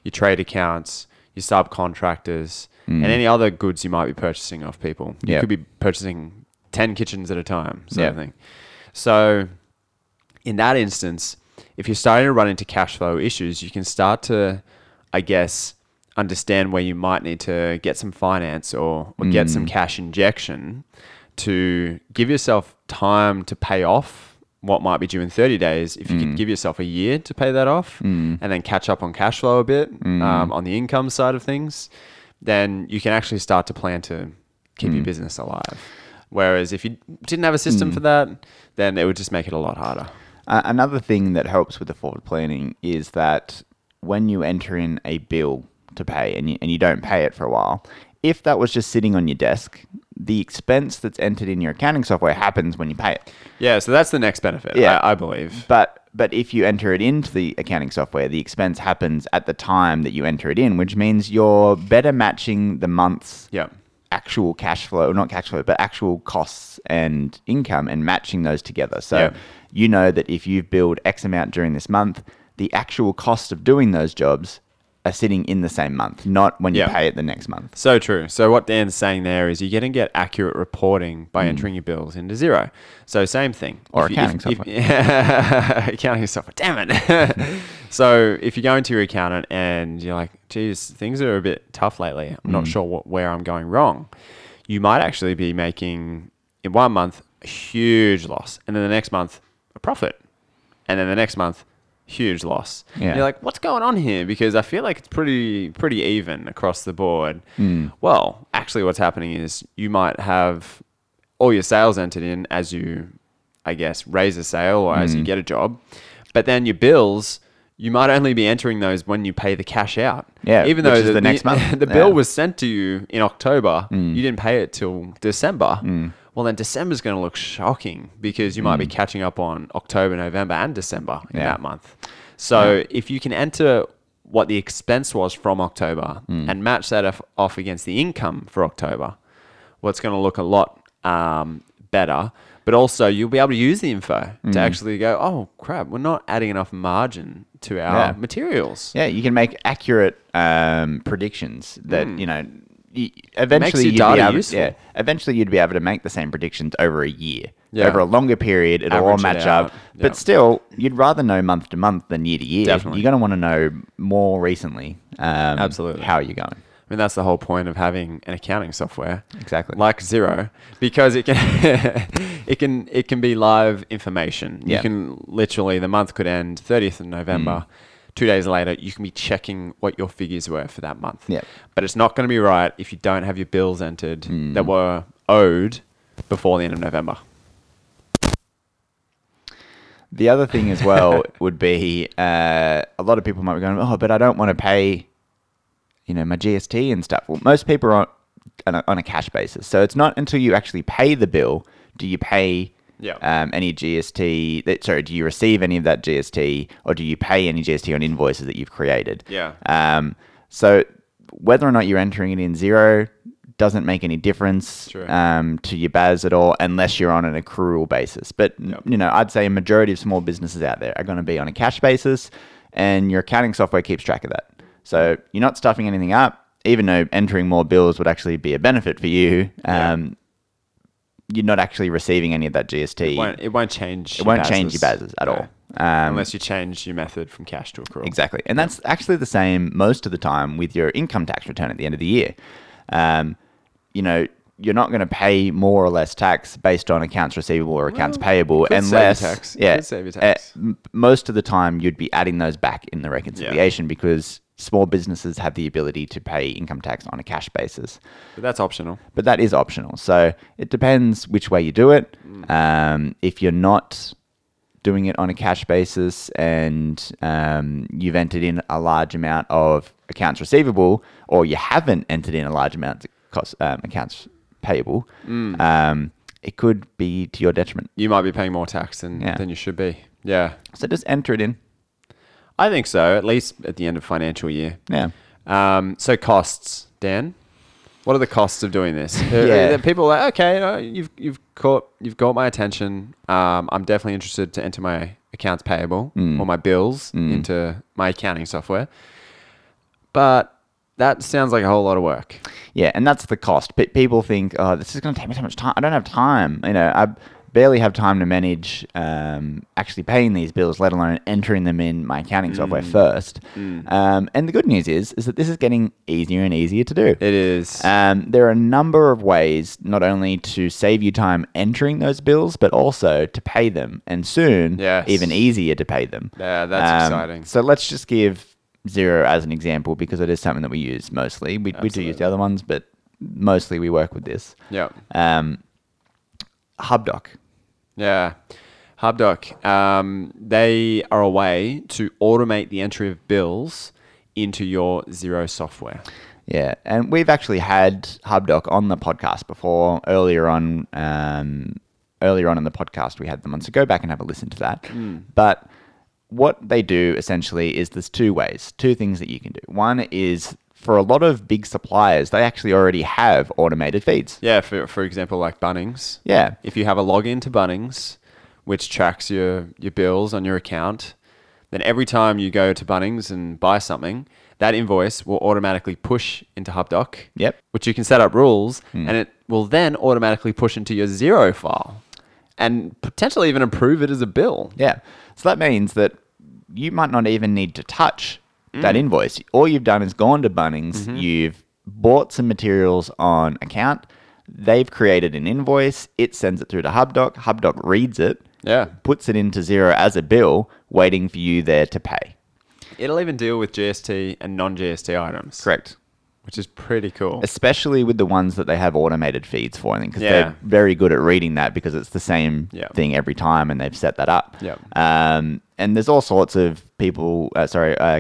Speaker 1: your trade accounts, your subcontractors, and any other goods you might be purchasing off people. You
Speaker 2: Yep.
Speaker 1: could be purchasing ten kitchens at a time, sort of
Speaker 2: Yeah.
Speaker 1: thing. So in that instance, if you're starting to run into cash flow issues, you can start to, I guess, understand where you might need to get some finance or, or get some cash injection to give yourself time to pay off what might be due in 30 days. If you could give yourself a year to pay that off and then catch up on cash flow a bit um, on the income side of things, then you can actually start to plan to keep your business alive. Whereas if you didn't have a system for that, then it would just make it a lot harder.
Speaker 2: Uh, another thing that helps with the forward planning is that when you enter in a bill to pay and you, and you don't pay it for a while, if that was just sitting on your desk, the expense that's entered in your accounting software happens when you pay it.
Speaker 1: Yeah, so that's the next benefit,
Speaker 2: Yeah.
Speaker 1: I, I believe.
Speaker 2: But but if you enter it into the accounting software, the expense happens at the time that you enter it in, which means you're better matching the months
Speaker 1: Yeah.
Speaker 2: actual cash flow, not cash flow, but actual costs and income and matching those together. So
Speaker 1: Yeah.
Speaker 2: you know that if you build X amount during this month, the actual cost of doing those jobs are sitting in the same month, not when you
Speaker 1: Yeah.
Speaker 2: pay it the next month.
Speaker 1: So true. So what Dan's saying there is you're going to get accurate reporting by entering your bills into zero. So same thing.
Speaker 2: Hmm. Or
Speaker 1: you-
Speaker 2: accounting
Speaker 1: accounting software. Damn it. so if you go into your accountant and you're like, geez, things are a bit tough lately. I'm
Speaker 2: Hmm.
Speaker 1: not sure what, where I'm going wrong. You might actually be making in one month a huge loss, and then the next month a profit, and then the next month huge loss.
Speaker 2: Yeah.
Speaker 1: You're like, like, what's going on here? Because I feel like it's pretty pretty even across the board.
Speaker 2: Hmm.
Speaker 1: Well, actually, what's happening is you might have all your sales entered in as you, I guess, raise a sale or as you
Speaker 2: Hmm.
Speaker 1: get a job, but then your bills. You might only be entering those when you pay the cash out.
Speaker 2: Yeah,
Speaker 1: even
Speaker 2: which
Speaker 1: though
Speaker 2: is the next month.
Speaker 1: the bill
Speaker 2: Yeah.
Speaker 1: was sent to you in October,
Speaker 2: Mm.
Speaker 1: you didn't pay it till December. Well, then December's going to look shocking because you might be catching up on October, November, and December in
Speaker 2: Mm. Yeah.
Speaker 1: that month. So if you can enter what the expense was from October
Speaker 2: Mm.
Speaker 1: and match that off, off against the income for October, well, it's going to look a lot um, better. But also, you'll be able to use the info to
Speaker 2: Mm.
Speaker 1: actually go, oh crap, we're not adding enough margin to our
Speaker 2: Yeah.
Speaker 1: materials.
Speaker 2: Yeah, you can make accurate um, predictions that you know. y-
Speaker 1: Hmm. your
Speaker 2: Eventually, you'd be
Speaker 1: data
Speaker 2: able,
Speaker 1: useful.
Speaker 2: yeah. Eventually, you'd be able to make the same predictions over a year,
Speaker 1: Yeah.
Speaker 2: over a longer period. It'll all
Speaker 1: Average it
Speaker 2: match
Speaker 1: out.
Speaker 2: up. But
Speaker 1: Yeah.
Speaker 2: still, you'd rather know month to month than year to year.
Speaker 1: Definitely.
Speaker 2: You're going to want to know more recently. Um,
Speaker 1: Absolutely.
Speaker 2: How you're going.
Speaker 1: I mean, that's the whole point of having an accounting software.
Speaker 2: Exactly.
Speaker 1: Like Zero, because it can, it can, it can be live information. You
Speaker 2: Yeah. Mm.
Speaker 1: can literally the month could end 30th of November. Two days later, you can be checking what your figures were for that month.
Speaker 2: Yeah.
Speaker 1: But it's not going to be right if you don't have your bills entered
Speaker 2: Mm.
Speaker 1: that were owed before the end of November.
Speaker 2: The other thing as well would be uh, a lot of people might be going, oh, but I don't want to pay, you know, my GST and stuff. Well, most people are on a, on a cash basis, so it's not until you actually pay the bill do you pay
Speaker 1: Yeah.
Speaker 2: um, any GST. That, sorry, do you receive any of that GST, or do you pay any GST on invoices that you've created?
Speaker 1: Yeah.
Speaker 2: Um, so whether or not you're entering it in zero doesn't make any difference
Speaker 1: True.
Speaker 2: um, to your BAS at all, unless you're on an accrual basis. But n-
Speaker 1: Yep.
Speaker 2: you know, I'd say a majority of small businesses out there are going to be on a cash basis, and your accounting software keeps track of that. So you're not stuffing anything up. Even though entering more bills would actually be a benefit for you,
Speaker 1: Yeah.
Speaker 2: um, you're not actually receiving any of that GST.
Speaker 1: It won't, it won't change.
Speaker 2: It won't change your BASs at
Speaker 1: No.
Speaker 2: all. Um,
Speaker 1: unless you change your method from cash to accrual.
Speaker 2: Exactly. And that's actually the same most of the time with your income tax return at the end of the year. Um, you know, you're not going to pay more or less tax based on accounts receivable or accounts payable
Speaker 1: could save your
Speaker 2: unless
Speaker 1: tax. You
Speaker 2: yeah,
Speaker 1: could save your
Speaker 2: uh,
Speaker 1: tax.
Speaker 2: m- most of the time you'd be adding those back in the reconciliation because small businesses have the ability to pay income tax on a cash basis
Speaker 1: But that's optional.
Speaker 2: but that is optional. So it depends which way you do it. Um, if you're not doing it on a cash basis and um, you've entered in a large amount of accounts receivable, or you haven't entered in a large amount of cost, um, accounts payable, um, it could be to your detriment.
Speaker 1: You might be paying more tax than,
Speaker 2: Yeah.
Speaker 1: than you should be. Yeah.
Speaker 2: So just enter it in.
Speaker 1: I think so, at least at the end of financial year.
Speaker 2: Yeah.
Speaker 1: Um, so costs, Dan. What are the costs of doing this? Uh,
Speaker 2: Yeah.
Speaker 1: that people are like, okay, uh, you've you've caught you've got my attention. Um, I'm definitely interested to enter my accounts payable or my bills into my accounting software. But that sounds like a whole lot of work.
Speaker 2: Yeah, and that's the cost. P- people think, oh, this is going to take me so much time. I don't have time. You know, I barely have time to manage um, actually paying these bills, let alone entering them in my accounting software first. Um, and the good news is, is that this is getting easier and easier to do.
Speaker 1: It is.
Speaker 2: Um, there are a number of ways not only to save you time entering those bills, but also to pay them, and soon,
Speaker 1: Yes.
Speaker 2: even easier to pay them. Um,
Speaker 1: Yeah, that's exciting.
Speaker 2: So let's just give zero as an example because it is something that we use mostly. We, we do use the other ones, but mostly we work with this.
Speaker 1: yeah.
Speaker 2: Um, HubDoc.
Speaker 1: Yeah. HubDoc, um, they are a way to automate the entry of bills into your Zero software.
Speaker 2: Yeah, and we've actually had HubDoc on the podcast before. Earlier on, um, earlier on in the podcast, we had them on. So go back and have a listen to that. But what they do essentially is there's two ways, two things that you can do. One is for a lot of big suppliers, they actually already have automated feeds.
Speaker 1: Yeah, for, for example, like Bunnings.
Speaker 2: Yeah,
Speaker 1: If you have a login to Bunnings, which tracks your, your bills on your account, then every time you go to Bunnings and buy something, that invoice will automatically push into HubDoc,
Speaker 2: Yep. Hmm.
Speaker 1: which you can set up rules and it will then automatically push into your Zero file and potentially even approve it as a bill.
Speaker 2: Yeah. So that means that you might not even need to touch that invoice. All you've done is gone to Bunnings, you've bought some materials on account, they've created an invoice, it sends it through to HubDoc, HubDoc reads it,
Speaker 1: Yeah.
Speaker 2: puts it into zero as a bill, waiting for you there to pay.
Speaker 1: It'll even deal with GST and non GST items.
Speaker 2: Correct.
Speaker 1: Which is pretty cool.
Speaker 2: Especially with the ones that they have automated feeds for, I think, because
Speaker 1: Yeah.
Speaker 2: they're very good at reading that because it's the same
Speaker 1: Yeah.
Speaker 2: thing every time and they've set that up.
Speaker 1: Yeah.
Speaker 2: Um, and there's all sorts of people, uh, sorry, uh,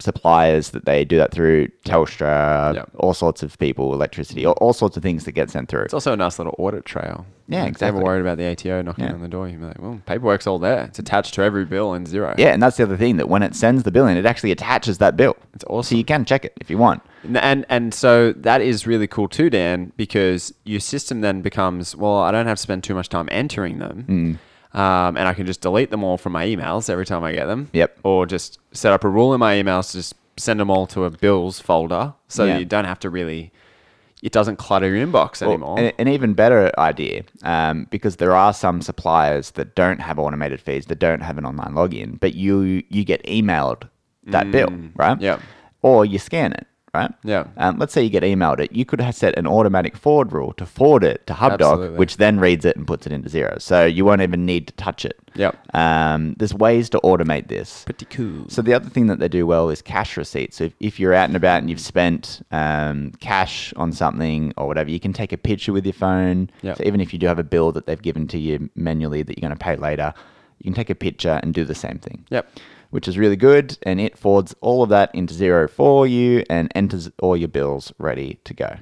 Speaker 2: suppliers that they do that through Telstra,
Speaker 1: Yeah.
Speaker 2: all sorts of people, electricity, all, all sorts of things that get sent through.
Speaker 1: It's also a nice little audit trail.
Speaker 2: Yeah,
Speaker 1: If you're ever
Speaker 2: exactly.
Speaker 1: worried about the ATO knocking
Speaker 2: Yeah.
Speaker 1: on the door, you're like, well, paperwork's all there. It's attached to every bill in zero.
Speaker 2: Yeah, and that's the other thing that when it sends the bill in, it actually attaches that bill.
Speaker 1: It's
Speaker 2: So
Speaker 1: awesome.
Speaker 2: you can check it if you want.
Speaker 1: And, and and so that is really cool too, Dan, because your system then becomes well, I don't have to spend too much time entering them,
Speaker 2: Mm.
Speaker 1: um, and I can just delete them all from my emails every time I get them.
Speaker 2: Yep.
Speaker 1: Or just set up a rule in my emails to just send them all to a bills folder, so
Speaker 2: Yeah.
Speaker 1: you don't have to really. It doesn't clutter your inbox anymore.
Speaker 2: Well, an, an even better idea, um, because there are some suppliers that don't have automated feeds, that don't have an online login, but you you get emailed that bill, right?
Speaker 1: yep.
Speaker 2: Or you scan it, right?
Speaker 1: Mm. Yeah.
Speaker 2: Um, let's say you get emailed it, you could have set an automatic forward rule to forward it to HubDoc,
Speaker 1: Absolutely.
Speaker 2: which then reads it and puts it into zero. So you won't even need to touch it.
Speaker 1: Yep.
Speaker 2: Um, there's ways to automate this.
Speaker 1: Pretty cool.
Speaker 2: So the other thing that they do well is cash receipts. So if, if you're out and about and you've spent um, cash on something or whatever, you can take a picture with your phone.
Speaker 1: Yep.
Speaker 2: So even if you do have a bill that they've given to you manually that you're going to pay later, you can take a picture and do the same thing.
Speaker 1: Yep.
Speaker 2: Which is really good, and it forwards all of that into zero for you and enters all your bills ready to go.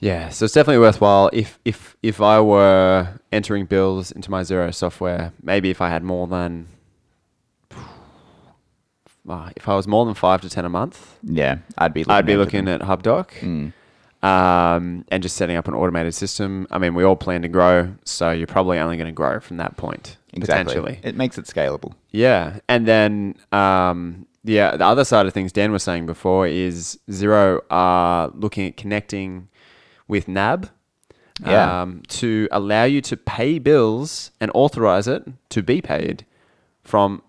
Speaker 1: Yeah, so it's definitely worthwhile. If if if I were entering bills into my Zero software, maybe if I had more than, Ah, if I was more than five to ten a month,
Speaker 2: Yeah, I'd be. Looking Mm.
Speaker 1: I'd be
Speaker 2: into
Speaker 1: looking at HubDoc
Speaker 2: them.
Speaker 1: um, and just setting up an automated system. I mean, we all plan to grow, so you're probably only going to grow from that point
Speaker 2: Mm, exactly.
Speaker 1: potentially.
Speaker 2: It makes it scalable.
Speaker 1: Yeah, and then um, yeah, the other side of things Dan was saying before is Zero are looking at connecting with NAB.
Speaker 2: Yeah.
Speaker 1: Um, to allow you to pay bills and authorize it to be paid from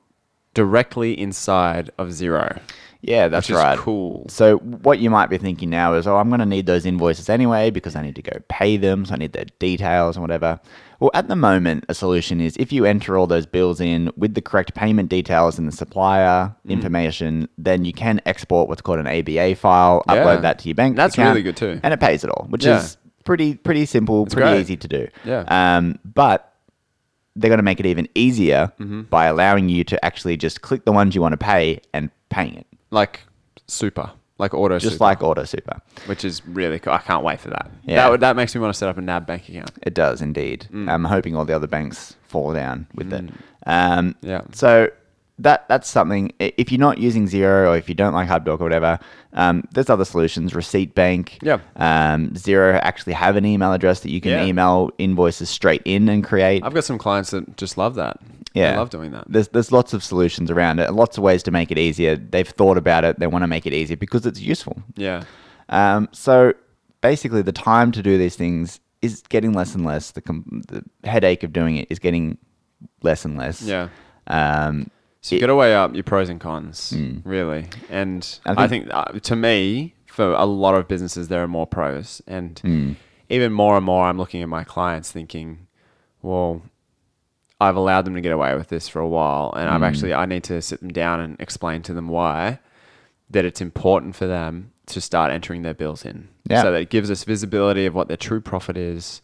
Speaker 1: directly inside of Zero.
Speaker 2: Yeah, that's
Speaker 1: which is
Speaker 2: right.
Speaker 1: cool.
Speaker 2: So what you might be thinking now is, oh, I'm going to need those invoices anyway because I need to go pay them, so I need their details and whatever. Well, at the moment, a solution is if you enter all those bills in with the correct payment details and the supplier
Speaker 1: Hmm.
Speaker 2: information, then you can export what's called an ABA file,
Speaker 1: Yeah.
Speaker 2: upload that to your bank.
Speaker 1: That's
Speaker 2: account,
Speaker 1: really good too.
Speaker 2: and it pays it all, which
Speaker 1: Yeah.
Speaker 2: is pretty pretty simple, pretty
Speaker 1: great.
Speaker 2: easy to do.
Speaker 1: Yeah.
Speaker 2: Um, but they're going to make it even easier
Speaker 1: Mm-hmm.
Speaker 2: by allowing you to actually just click the ones you want to pay and paying it
Speaker 1: Like super, like auto
Speaker 2: just
Speaker 1: super,
Speaker 2: like Auto Super.
Speaker 1: which is really cool. I can't wait for that.
Speaker 2: Yeah.
Speaker 1: That, would- that makes me want to set up a NAB bank account.
Speaker 2: It does indeed.
Speaker 1: Mm.
Speaker 2: I'm hoping all the other banks fall down with it. Um,
Speaker 1: Yeah.
Speaker 2: So that that's something. i- If you're not using Zero or if you don't like HubDoc or whatever, um, there's other solutions. Receipt Bank.
Speaker 1: Yeah.
Speaker 2: Um, Zero actually have an email address that you can
Speaker 1: Yeah.
Speaker 2: email invoices straight in and create.
Speaker 1: I've got some clients that just love that. They
Speaker 2: yeah.
Speaker 1: love doing that.
Speaker 2: There's there's lots of solutions around it. Lots of ways to make it easier. They've thought about it. They want to make it easier because it's useful.
Speaker 1: Yeah.
Speaker 2: Um, so basically, the time to do these things is getting less and less. The, com- the headache of doing it is getting less and less.
Speaker 1: Yeah.
Speaker 2: Um,
Speaker 1: So you got to weigh up your pros and cons, really. And
Speaker 2: Hmm. I
Speaker 1: I think, uh, to me, for a lot of businesses, there are more pros. And
Speaker 2: Hmm.
Speaker 1: even more and more, I'm looking at my clients thinking, well, I've allowed them to get away with this for a while. And
Speaker 2: Hmm.
Speaker 1: I've actually, I need to sit them down and explain to them why that it's important for them to start entering their bills in.
Speaker 2: Yeah.
Speaker 1: So that it gives us visibility of what their true profit is.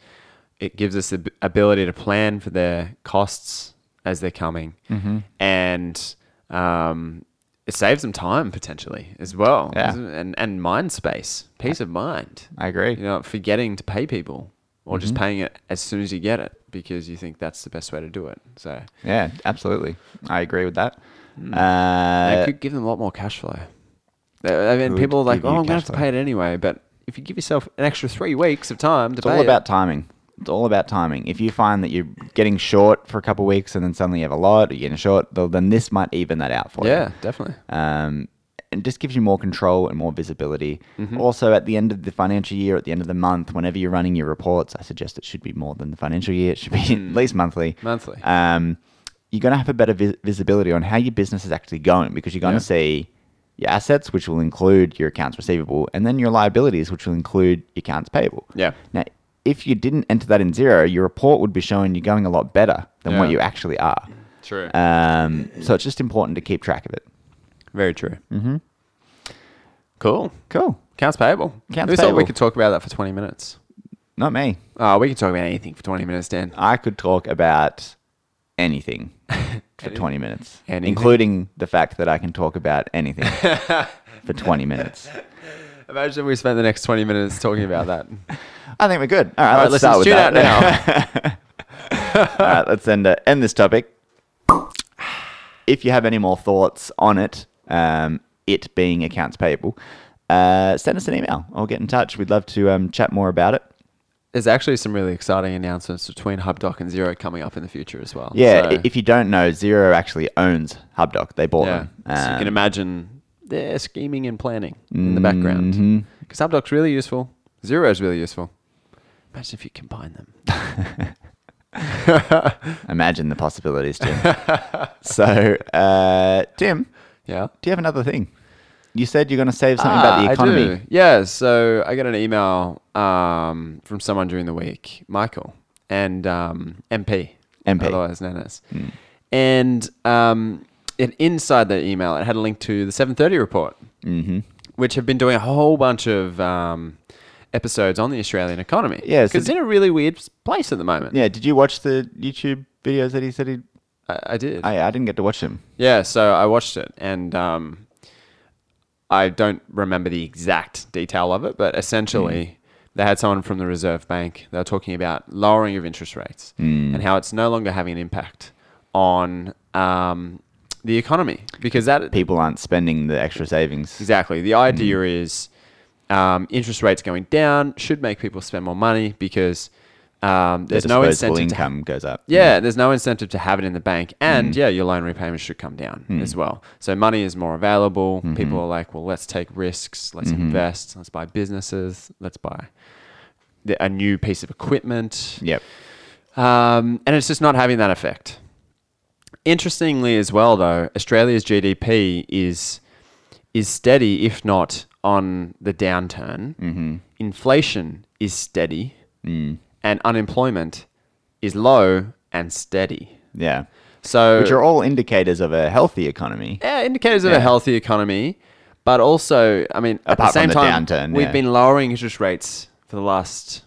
Speaker 1: It gives us the ab- ability to plan for their costs as they're coming,
Speaker 2: Mm-hmm.
Speaker 1: and um, it saves them time potentially as well,
Speaker 2: Yeah.
Speaker 1: isn't it? and and mind space, peace of mind.
Speaker 2: I agree.
Speaker 1: You know, forgetting to pay people or
Speaker 2: Mm-hmm.
Speaker 1: just paying it as soon as you get it because you think that's the best way to do it. So
Speaker 2: Yeah, absolutely. I agree with that.
Speaker 1: Mm. And
Speaker 2: Uh,
Speaker 1: it could give them a lot more cash flow. Uh, I mean,
Speaker 2: Could
Speaker 1: people are like,
Speaker 2: give
Speaker 1: oh,
Speaker 2: you
Speaker 1: I'm going to
Speaker 2: cash
Speaker 1: have to
Speaker 2: flow."
Speaker 1: pay it anyway. But if you give yourself an extra three weeks of time to
Speaker 2: it's
Speaker 1: pay
Speaker 2: all
Speaker 1: it-
Speaker 2: about timing. It's all about timing. If you find that you're getting short for a couple of weeks and then suddenly you have a lot, or you're getting short, th- then this might even that out for you.
Speaker 1: yeah, definitely.
Speaker 2: um, and just gives you more control and more visibility.
Speaker 1: Mm-hmm.
Speaker 2: Also, at the end of the financial year, at the end of the month, whenever you're running your reports, I suggest it should be more than the financial year. It should be at least monthly.
Speaker 1: Monthly.
Speaker 2: Um, you're going to have a better vis- visibility on how your business is actually going because you're going
Speaker 1: Yeah.
Speaker 2: to see your assets, which will include your accounts receivable, and then your liabilities, which will include your accounts payable.
Speaker 1: Yeah.
Speaker 2: Now, if you didn't enter that in zero, your report would be showing you're going a lot better than what
Speaker 1: Yeah.
Speaker 2: you actually are.
Speaker 1: True.
Speaker 2: Um, so it's just important to keep track of it.
Speaker 1: Very true. Mm-hmm. Cool.
Speaker 2: Cool.
Speaker 1: Counts payable.
Speaker 2: Accounts
Speaker 1: Who thought we
Speaker 2: payable.
Speaker 1: could talk about that for 20 minutes?
Speaker 2: Not me.
Speaker 1: Oh, we can talk about anything for 20 minutes, Dan.
Speaker 2: I could talk about anything for 20 minutes,
Speaker 1: Anything.
Speaker 2: including the fact that I can talk about anything for 20 minutes.
Speaker 1: Imagine we spent the next 20 minutes talking about that.
Speaker 2: I think we're good. All right,
Speaker 1: All right,
Speaker 2: let's start with
Speaker 1: tune
Speaker 2: that.
Speaker 1: out now.
Speaker 2: All right, let's end, uh, end this topic. If you have any more thoughts on it, um, it being accounts payable, uh, send us an email or get in touch. We'd love to um, chat more about it.
Speaker 1: There's actually some really exciting announcements between HubDoc and Zero coming up in the future as well.
Speaker 2: Yeah,
Speaker 1: So-
Speaker 2: i- if you don't know, Zero actually owns HubDoc. They bought
Speaker 1: Yeah.
Speaker 2: them.
Speaker 1: so you
Speaker 2: Um,
Speaker 1: can imagine they're scheming and planning in the
Speaker 2: Mm-hmm.
Speaker 1: background. Because HubDoc's really useful. Zero is really useful. Imagine if you combine them.
Speaker 2: Imagine the possibilities, Tim. so, uh, Tim,
Speaker 1: Yeah.
Speaker 2: do you have another thing? You said you're going to save something about
Speaker 1: Ah,
Speaker 2: the
Speaker 1: I
Speaker 2: economy.
Speaker 1: do. Yeah, so I got an email um, from someone during the week, Michael, and um, MP,
Speaker 2: MP.
Speaker 1: otherwise known as.
Speaker 2: Hmm.
Speaker 1: And um, it, inside the email, it had a link to the 730 report,
Speaker 2: Mm-hmm.
Speaker 1: which have been doing a whole bunch of um, episodes on the Australian economy.
Speaker 2: Yeah, so
Speaker 1: because it's in a really weird s- place at the moment.
Speaker 2: Yeah. Did you watch the YouTube videos that he said he
Speaker 1: I, I did.
Speaker 2: I, I didn't get to watch him.
Speaker 1: yeah, so I watched it and um, I don't remember the exact detail of it, but essentially they had someone from the Reserve Bank. They were talking about lowering of interest rates and how it's no longer having an impact on um, the economy because that
Speaker 2: People aren't spending the extra savings.
Speaker 1: Exactly. The idea is um, interest rates going down should make people spend more money because um,
Speaker 2: The
Speaker 1: there's no
Speaker 2: disposable
Speaker 1: incentive. To ha-
Speaker 2: income goes up.
Speaker 1: yeah, there's no incentive to have it in the bank, and yeah, your loan repayments should come down as well. So money is more available. People are like, well, let's take risks, let's invest, let's buy businesses, let's buy the, a new piece of equipment.
Speaker 2: Yep.
Speaker 1: Um, and it's just not having that effect. Interestingly, as well, though, Australia's GDP is is steady, if not on the downturn. Mm-hmm. Inflation is steady,
Speaker 2: Mm.
Speaker 1: and unemployment is low and steady.
Speaker 2: Yeah.
Speaker 1: So,
Speaker 2: Which are all indicators of a healthy economy.
Speaker 1: yeah, indicators of
Speaker 2: Yeah.
Speaker 1: a healthy economy, but also, I mean, at the
Speaker 2: Apart from
Speaker 1: same
Speaker 2: the
Speaker 1: time,
Speaker 2: downturn,
Speaker 1: we've
Speaker 2: yeah.
Speaker 1: been lowering interest rates for the last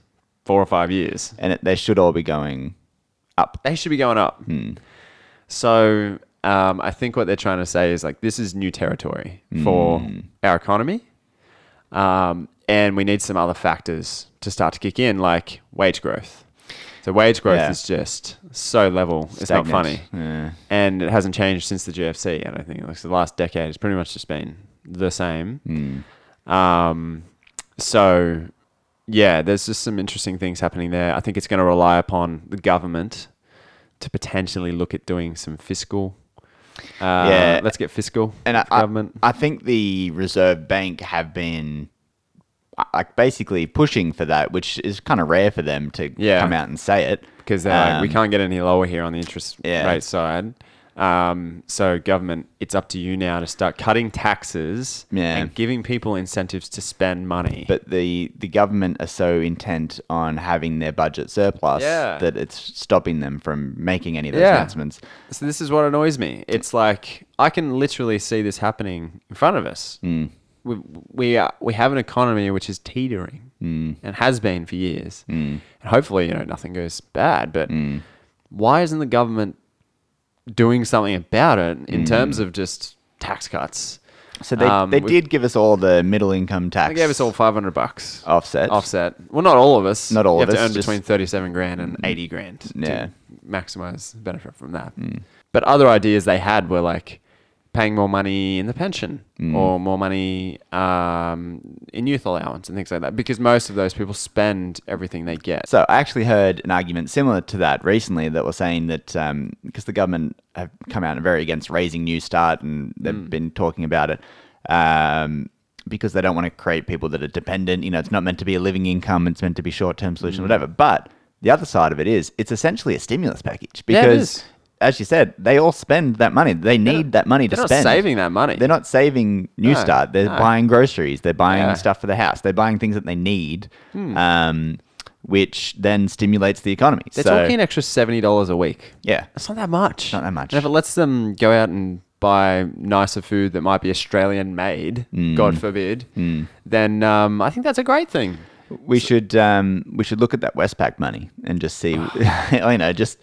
Speaker 1: four or five years.
Speaker 2: And it, they should all be going up.
Speaker 1: they should be going up.
Speaker 2: Hmm.
Speaker 1: So um, I think what they're trying to say is like this is new territory for
Speaker 2: Hmm.
Speaker 1: our economy, um, and we need some other factors to start to kick in, like wage growth. So wage growth
Speaker 2: Yeah.
Speaker 1: is just so level; it's not funny,
Speaker 2: Stagnant. Yeah.
Speaker 1: and it hasn't changed since the GFC. And I think like the last decade has pretty much just been the same.
Speaker 2: Hmm.
Speaker 1: Um, so yeah, there's just some interesting things happening there. I think it's going to rely upon the government to potentially look at doing some fiscal. Uh,
Speaker 2: Yeah.
Speaker 1: let's get fiscal.
Speaker 2: and I,
Speaker 1: with the
Speaker 2: I-
Speaker 1: government.
Speaker 2: I think the Reserve Bank have been uh, like basically pushing for that, which is kind of rare for them to
Speaker 1: Yeah.
Speaker 2: come out and say it
Speaker 1: because they're like, uh, we
Speaker 2: Um,
Speaker 1: can't get any lower here on the interest
Speaker 2: Yeah.
Speaker 1: rate side. Um, so government, it's up to you now to start cutting taxes
Speaker 2: Yeah.
Speaker 1: and giving people incentives to spend money.
Speaker 2: But the the government are so intent on having their budget surplus
Speaker 1: Yeah.
Speaker 2: that it's stopping them from making any of those
Speaker 1: Yeah.
Speaker 2: announcements.
Speaker 1: So this is what annoys me. It's like I can literally see this happening in front of us. Mm. We we, are, we have an economy which is teetering and has been for years. Mm. And hopefully, you know, nothing goes bad. But why isn't the government doing something about it in terms of just tax cuts?
Speaker 2: So they,
Speaker 1: Um,
Speaker 2: they
Speaker 1: we-
Speaker 2: did give us all the middle income tax.
Speaker 1: They gave us all five hundred bucks
Speaker 2: offsets.
Speaker 1: offset. Well, not all of us.
Speaker 2: Not all
Speaker 1: you
Speaker 2: of
Speaker 1: have
Speaker 2: us,
Speaker 1: to earn
Speaker 2: just- Mm.
Speaker 1: between thirty-seven grand and eighty grand.
Speaker 2: Yeah. Mm.
Speaker 1: to maximize the benefit from that. But other ideas they had were like paying more money in the pension
Speaker 2: Mm.
Speaker 1: or more money um, in youth allowance and things like that, because most of those people spend everything they get.
Speaker 2: So I actually heard an argument similar to that recently that was saying that because the government have come out and very against raising New Start and they've
Speaker 1: Mm.
Speaker 2: been talking about it um, because they don't want to create people that are dependent. You know, it's not meant to be a living income; it's meant to be short-term solution,
Speaker 1: Mm.
Speaker 2: whatever. But the other side of it is, it's essentially a stimulus package
Speaker 1: Yeah, it
Speaker 2: because.
Speaker 1: is.
Speaker 2: as you said, they all spend that money. They need that money to
Speaker 1: They're not
Speaker 2: spend.
Speaker 1: saving that money.
Speaker 2: They're not saving New
Speaker 1: No,
Speaker 2: Start. They're
Speaker 1: no.
Speaker 2: buying groceries. They're buying
Speaker 1: Yeah. Hmm.
Speaker 2: stuff for the house. They're buying things that they need, um, which then stimulates the economy.
Speaker 1: They're
Speaker 2: so,
Speaker 1: talking an extra seventy dollars a week.
Speaker 2: yeah,
Speaker 1: That's not that much.
Speaker 2: Not that much.
Speaker 1: And if it lets them go out and buy nicer food that might be Australian made,
Speaker 2: Mm.
Speaker 1: God forbid, then um, I think that's a great thing.
Speaker 2: we should um, we should look at that Westpac money and just see, you know, just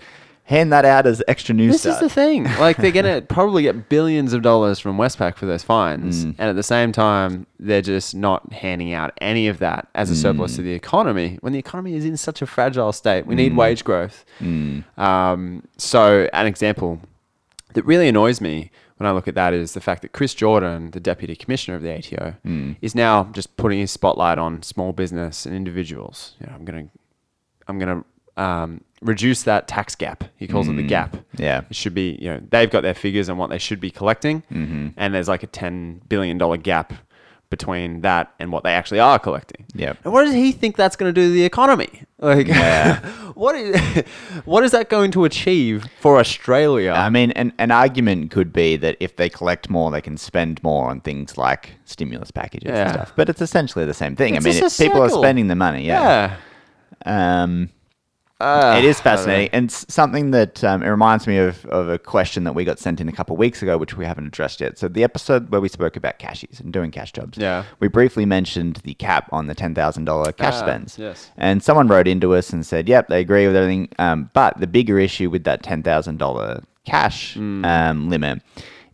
Speaker 2: hand that out as extra New
Speaker 1: Oh. This
Speaker 2: Start.
Speaker 1: is the thing. Like they're gonna probably get billions of dollars from Westpac for those fines, and at the same time, they're just not handing out any of that as a surplus to the economy when the economy is in such a fragile state. We need wage growth. Um, so, an example that really annoys me when I look at that is the fact that Chris Jordan, the deputy commissioner of the ATO, is now just putting his spotlight on small business and individuals. You know, I'm gonna, I'm gonna. Um, reduce that tax gap. He calls it the gap.
Speaker 2: Yeah.
Speaker 1: It should be, you know, they've got their figures on what they should be collecting,
Speaker 2: Mm-hmm.
Speaker 1: and there's like a ten billion dollar gap between that and what they actually are collecting.
Speaker 2: Yep.
Speaker 1: And what does he think that's going to do to the economy? Like, what is what is that going to achieve for Australia?
Speaker 2: I mean, an, an argument could be that if they collect more, they can spend more on things like stimulus packages and
Speaker 1: Yeah.
Speaker 2: stuff. But it's essentially the same thing.
Speaker 1: It's
Speaker 2: I mean,
Speaker 1: just
Speaker 2: it,
Speaker 1: a
Speaker 2: people are
Speaker 1: circle.
Speaker 2: spending the money.
Speaker 1: yeah.
Speaker 2: Um,
Speaker 1: Uh,
Speaker 2: it is fascinating, and s- something that um, it reminds me of of a question that we got sent in a couple of weeks ago, which we haven't addressed yet. So the episode where we spoke about cashies and doing cash jobs,
Speaker 1: Yeah.
Speaker 2: we briefly mentioned the cap on the ten thousand dollar cash
Speaker 1: Ah,
Speaker 2: spends.
Speaker 1: yes.
Speaker 2: and someone wrote into us and said, "Yep, they agree with everything, um, but the bigger issue with that ten thousand dollar cash
Speaker 1: Mm.
Speaker 2: um, limit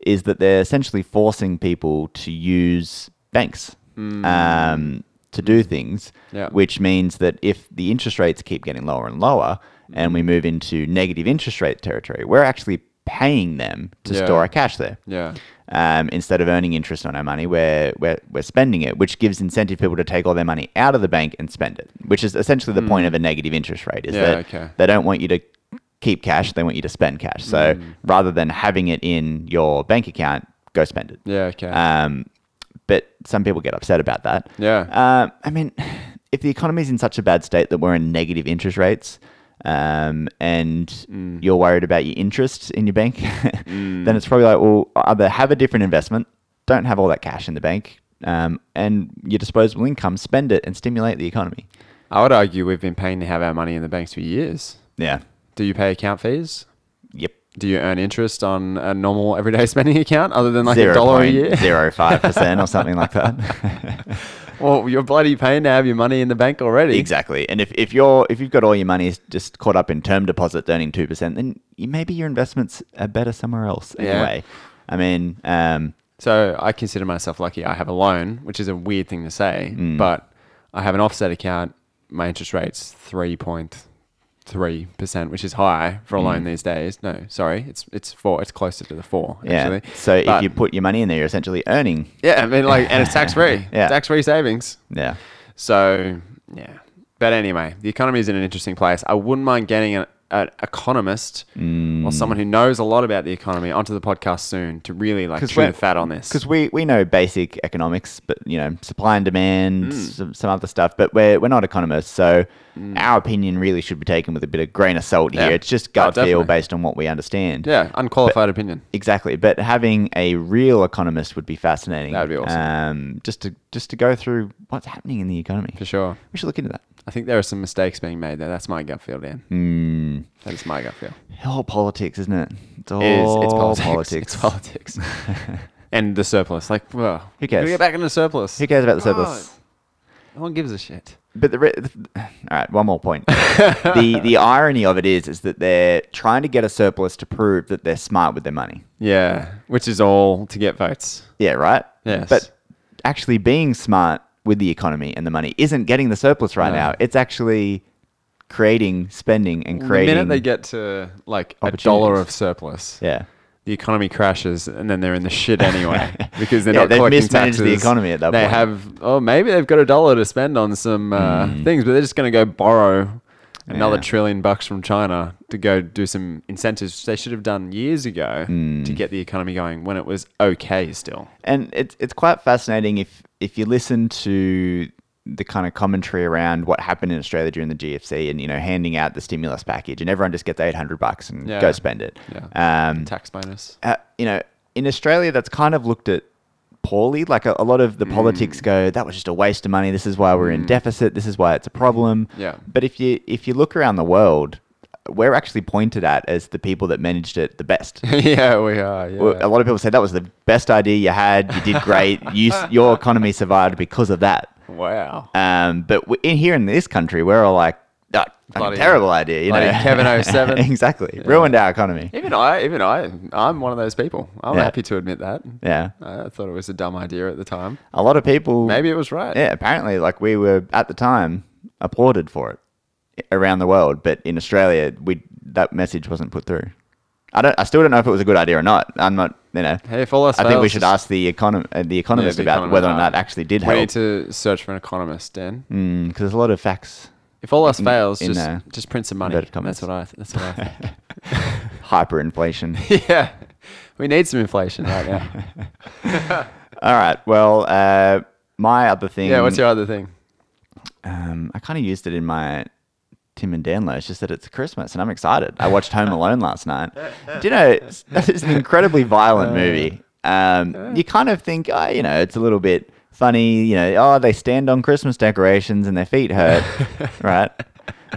Speaker 2: is that they're essentially forcing people to use banks um, to do things,
Speaker 1: Mm. Yeah.
Speaker 2: which means that if the interest rates keep getting lower and lower and
Speaker 1: Mm.
Speaker 2: we move into negative interest rate territory, we're actually paying them to
Speaker 1: Yeah.
Speaker 2: store our cash there.
Speaker 1: Yeah.
Speaker 2: Um, instead of earning interest on our money, we're, we're, we're spending it, which gives incentive people to take all their money out of the bank and spend it, which is essentially the point of a negative interest rate is
Speaker 1: Hmm. Yeah,
Speaker 2: that
Speaker 1: okay.
Speaker 2: they don't want you to keep cash, they want you to spend cash. So
Speaker 1: Hmm.
Speaker 2: rather than having it in your bank account, go spend it.
Speaker 1: Yeah. Okay.
Speaker 2: Um, but some people get upset about that.
Speaker 1: Yeah.
Speaker 2: Uh, I mean, if the economy's in such a bad state that we're in negative interest rates, um, and
Speaker 1: Mm.
Speaker 2: you're worried about your interest in your bank, then it's probably like, well, either have a different investment, don't have all that cash in the bank, um, and your disposable income, spend it and stimulate the economy.
Speaker 1: I would argue we've been paying to have our money in the banks for years.
Speaker 2: Yeah.
Speaker 1: Do you pay account fees?
Speaker 2: Yep.
Speaker 1: Do you earn interest on a normal everyday spending account other than like a
Speaker 2: Zero
Speaker 1: dollar a
Speaker 2: point
Speaker 1: year?
Speaker 2: zero five percent or something like that.
Speaker 1: Well, you're bloody paying to have your money in the bank already.
Speaker 2: Exactly. And if, if you're if you've got all your money just caught up in term deposit earning two percent, then you, maybe your investments are better somewhere else
Speaker 1: Yeah.
Speaker 2: anyway. I mean, um,
Speaker 1: So I consider myself lucky. I have a loan, which is a weird thing to say,
Speaker 2: Mm.
Speaker 1: but I have an offset account. My interest rate's 3.3%, which is high
Speaker 2: Mm.
Speaker 1: for a loan these days. No, sorry. It's it's 4. It's closer to the 4
Speaker 2: yeah.
Speaker 1: actually.
Speaker 2: So if
Speaker 1: But-
Speaker 2: you put your money in there, you're essentially earning.
Speaker 1: Yeah, I mean like and it's tax-free.
Speaker 2: Yeah.
Speaker 1: Tax-free savings.
Speaker 2: Yeah.
Speaker 1: So, yeah. But anyway, the economy is in an interesting place. I wouldn't mind getting an, an economist
Speaker 2: Mm.
Speaker 1: or someone who knows a lot about the economy onto the podcast soon to really like
Speaker 2: 'Cause
Speaker 1: chew
Speaker 2: we're-
Speaker 1: the fat on this.
Speaker 2: Because we, we know basic economics, but you know supply and demand,
Speaker 1: Mm.
Speaker 2: some, some other stuff. But we're, we're not economists, so our opinion really should be taken with a bit of grain of salt
Speaker 1: Yeah.
Speaker 2: here. It's just
Speaker 1: Oh,
Speaker 2: gut feel
Speaker 1: definitely.
Speaker 2: based on what we understand.
Speaker 1: Yeah, unqualified opinion.
Speaker 2: Exactly, but having a real economist would be fascinating.
Speaker 1: That'd be awesome.
Speaker 2: Um, just to just to go through what's happening in the economy.
Speaker 1: For sure.
Speaker 2: We should look into that.
Speaker 1: I think there are some mistakes being made there. That's my gut feel, Dan.
Speaker 2: Mm.
Speaker 1: That is my gut feel.
Speaker 2: It's all politics, isn't it? It's all
Speaker 1: It is, it's politics.
Speaker 2: Oh, politics.
Speaker 1: It's politics. and the surplus. Like, well,
Speaker 2: Who cares?
Speaker 1: We get back into surplus.
Speaker 2: Who cares about the surplus?
Speaker 1: God. No one gives a shit.
Speaker 2: But the, re- the all right, one more point. the the irony of it is, is that they're trying to get a surplus to prove that they're smart with their money.
Speaker 1: Yeah, which is all to get votes.
Speaker 2: Yeah, right.
Speaker 1: Yes.
Speaker 2: But actually being smart with the economy and the money isn't getting the surplus right
Speaker 1: No.
Speaker 2: now. It's actually creating spending and creating.
Speaker 1: the minute they get to like a dollar
Speaker 2: opportunities.
Speaker 1: of surplus,
Speaker 2: yeah.
Speaker 1: the economy crashes, and then they're in the shit anyway because they're
Speaker 2: Yeah,
Speaker 1: not
Speaker 2: they've
Speaker 1: collecting
Speaker 2: mismanaged the
Speaker 1: taxes.
Speaker 2: economy at that
Speaker 1: they
Speaker 2: point.
Speaker 1: have, oh, maybe they've got a dollar to spend on some uh, things, but they're just going to go borrow another
Speaker 2: Hmm. Yeah.
Speaker 1: trillion bucks from China to go do some incentives which they should have done years ago
Speaker 2: Hmm.
Speaker 1: to get the economy going when it was okay still.
Speaker 2: And it's it's quite fascinating if if you listen to the kind of commentary around what happened in Australia during the GFC and you know handing out the stimulus package and everyone just gets 800 bucks and
Speaker 1: Yeah.
Speaker 2: go spend it.
Speaker 1: Yeah.
Speaker 2: Um,
Speaker 1: Tax bonus.
Speaker 2: uh, you know, in Australia, that's kind of looked at poorly. Like a, a lot of the
Speaker 1: Mm.
Speaker 2: politics go, that was just a waste of money. This is why we're in deficit. This is why it's a problem.
Speaker 1: Yeah.
Speaker 2: But if you if you look around the world, we're actually pointed at as the people that managed it the best.
Speaker 1: yeah, we are. Yeah.
Speaker 2: Well, A lot of people say that was the best idea you had. You did great. you, s- your economy survived because of that.
Speaker 1: wow.
Speaker 2: Um, but w- in here in this country, we're all like, oh,
Speaker 1: Bloody-
Speaker 2: terrible idea. You
Speaker 1: bloody
Speaker 2: know,
Speaker 1: Kevin 07.
Speaker 2: exactly ruined our economy.
Speaker 1: Even I, even I, I'm one of those people. I'm
Speaker 2: Yeah.
Speaker 1: happy to admit that.
Speaker 2: Yeah,
Speaker 1: I thought it was a dumb idea at the time.
Speaker 2: a lot of people
Speaker 1: Maybe it was right.
Speaker 2: Yeah, apparently, like we were at the time applauded for it around the world, but in Australia, we that message wasn't put through. I don't. I still don't know if it was a good idea or not. I'm not. You know.
Speaker 1: Hey, if all else
Speaker 2: I think we
Speaker 1: fails,
Speaker 2: should
Speaker 1: just-
Speaker 2: ask the econom- uh, the economist
Speaker 1: the
Speaker 2: about
Speaker 1: economist,
Speaker 2: whether or
Speaker 1: uh,
Speaker 2: not it actually did
Speaker 1: We
Speaker 2: help.
Speaker 1: need
Speaker 2: Because
Speaker 1: to search for an economist, Dan.
Speaker 2: Mm, there's a lot of facts,
Speaker 1: If all else
Speaker 2: In-
Speaker 1: fails,
Speaker 2: in,
Speaker 1: just
Speaker 2: uh,
Speaker 1: just print some money.
Speaker 2: inverted
Speaker 1: That's
Speaker 2: commas.
Speaker 1: what I. That's what I
Speaker 2: hyperinflation.
Speaker 1: think. yeah, we need some inflation right now.
Speaker 2: All right. Well, uh, my other thing.
Speaker 1: yeah. What's your other thing?
Speaker 2: um, I kind of used it in my Tim and Dan low. It's just that it's Christmas and I'm excited. I watched Home Alone last night. Do you know, it's, it's an incredibly
Speaker 1: Uh,
Speaker 2: violent movie. Um, you kind of think, oh, you know, it's a little bit funny. You know, oh, they stand on Christmas decorations and their feet hurt, right?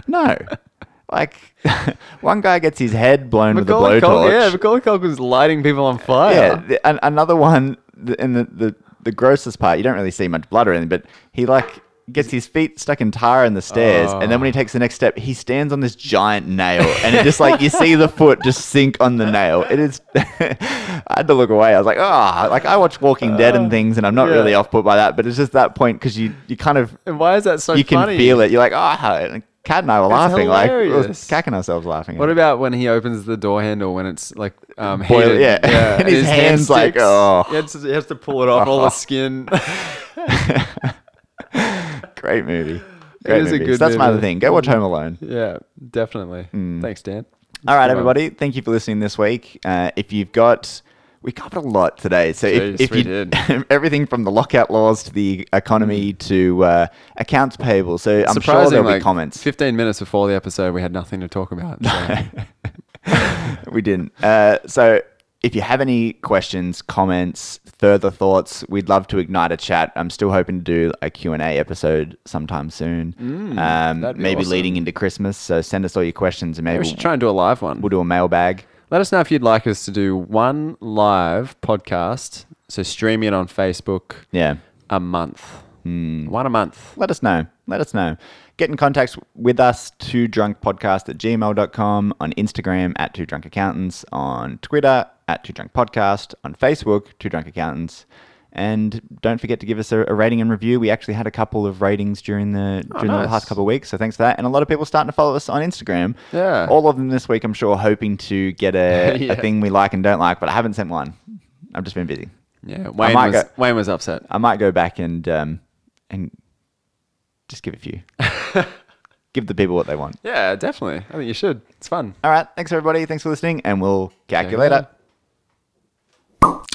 Speaker 2: No. Like, one guy gets his head blown
Speaker 1: Macaulay
Speaker 2: with a
Speaker 1: Culkin-
Speaker 2: blowtorch.
Speaker 1: yeah, Macaulay Culkin's lighting people on fire.
Speaker 2: Yeah, the, an, another one, th- and the, the the grossest part, you don't really see much blood or anything, but he like gets his feet stuck in tar in the stairs, and then when he
Speaker 1: Oh.
Speaker 2: takes the next step, he stands on this giant nail, and it just like you see the foot just sink on the nail. It is. I had to look away. I was like, ah, like I watch Walking Dead and things, and I'm not
Speaker 1: Uh, Yeah.
Speaker 2: really off put by that, but it's just that point because you you kind of
Speaker 1: And why is that so
Speaker 2: you
Speaker 1: funny?
Speaker 2: can feel it. You're like, ah, and Kat and I were laughing, like we were
Speaker 1: hilarious.
Speaker 2: cacking ourselves laughing.
Speaker 1: What about when he opens the door handle when it's like um
Speaker 2: Boil-
Speaker 1: heated?
Speaker 2: yeah. And his hand's like,
Speaker 1: sticks.
Speaker 2: "Oh."
Speaker 1: He has, to, he has to pull it off all the skin.
Speaker 2: Great movie. Great
Speaker 1: is a
Speaker 2: movie.
Speaker 1: good
Speaker 2: So that's my
Speaker 1: movie.
Speaker 2: other thing. Go watch Home Alone.
Speaker 1: yeah, definitely. Thanks, Dan.
Speaker 2: Mm. All right,
Speaker 1: You're
Speaker 2: everybody. Thank you for listening this week. Uh, if you've got, we covered a lot today. So
Speaker 1: Jeez,
Speaker 2: if, if
Speaker 1: we
Speaker 2: you
Speaker 1: did. Hmm.
Speaker 2: everything from the lockout laws to the economy to uh, accounts payable. So I'm sure there'll be
Speaker 1: like,
Speaker 2: comments.
Speaker 1: 15 minutes before the episode, we had nothing to talk about. so-
Speaker 2: we didn't. Uh, so if you have any questions, comments, further thoughts, we'd love to ignite a chat. I'm still hoping to do a Q and A episode sometime soon.
Speaker 1: Hmm, that'd
Speaker 2: um,
Speaker 1: be
Speaker 2: maybe
Speaker 1: awesome.
Speaker 2: leading into Christmas. So send us all your questions and
Speaker 1: Yeah,
Speaker 2: maybe
Speaker 1: we should try and do a live one.
Speaker 2: we'll do a mailbag.
Speaker 1: Let us know if you'd like us to do one live podcast. So stream it on Facebook
Speaker 2: Yeah.
Speaker 1: a month.
Speaker 2: Hmm.
Speaker 1: One a month.
Speaker 2: let us know. Let us know. Get in contact with us, two drunk podcast at gmail.com, on Instagram at two drunk accountants, on Twitter at two drunk podcast, on Facebook, two drunk accountants. And don't forget to give us a, a rating and review. We actually had a couple of ratings during the during the
Speaker 1: Oh, nice.
Speaker 2: last couple of weeks, so thanks for that. And a lot of people starting to follow us on Instagram.
Speaker 1: Yeah.
Speaker 2: all of them this week. I'm sure hoping to get a,
Speaker 1: Yeah.
Speaker 2: a thing we like and don't like, but I haven't sent one. I've just been busy.
Speaker 1: Yeah, Wayne
Speaker 2: might
Speaker 1: was,
Speaker 2: go-
Speaker 1: Wayne was upset.
Speaker 2: I might go back and um, and just give a few. give the people what they want.
Speaker 1: Yeah, definitely. I think you should. It's fun.
Speaker 2: All right. Thanks everybody. Thanks for listening, and we'll catch
Speaker 1: Check
Speaker 2: you
Speaker 1: it
Speaker 2: later.
Speaker 1: out.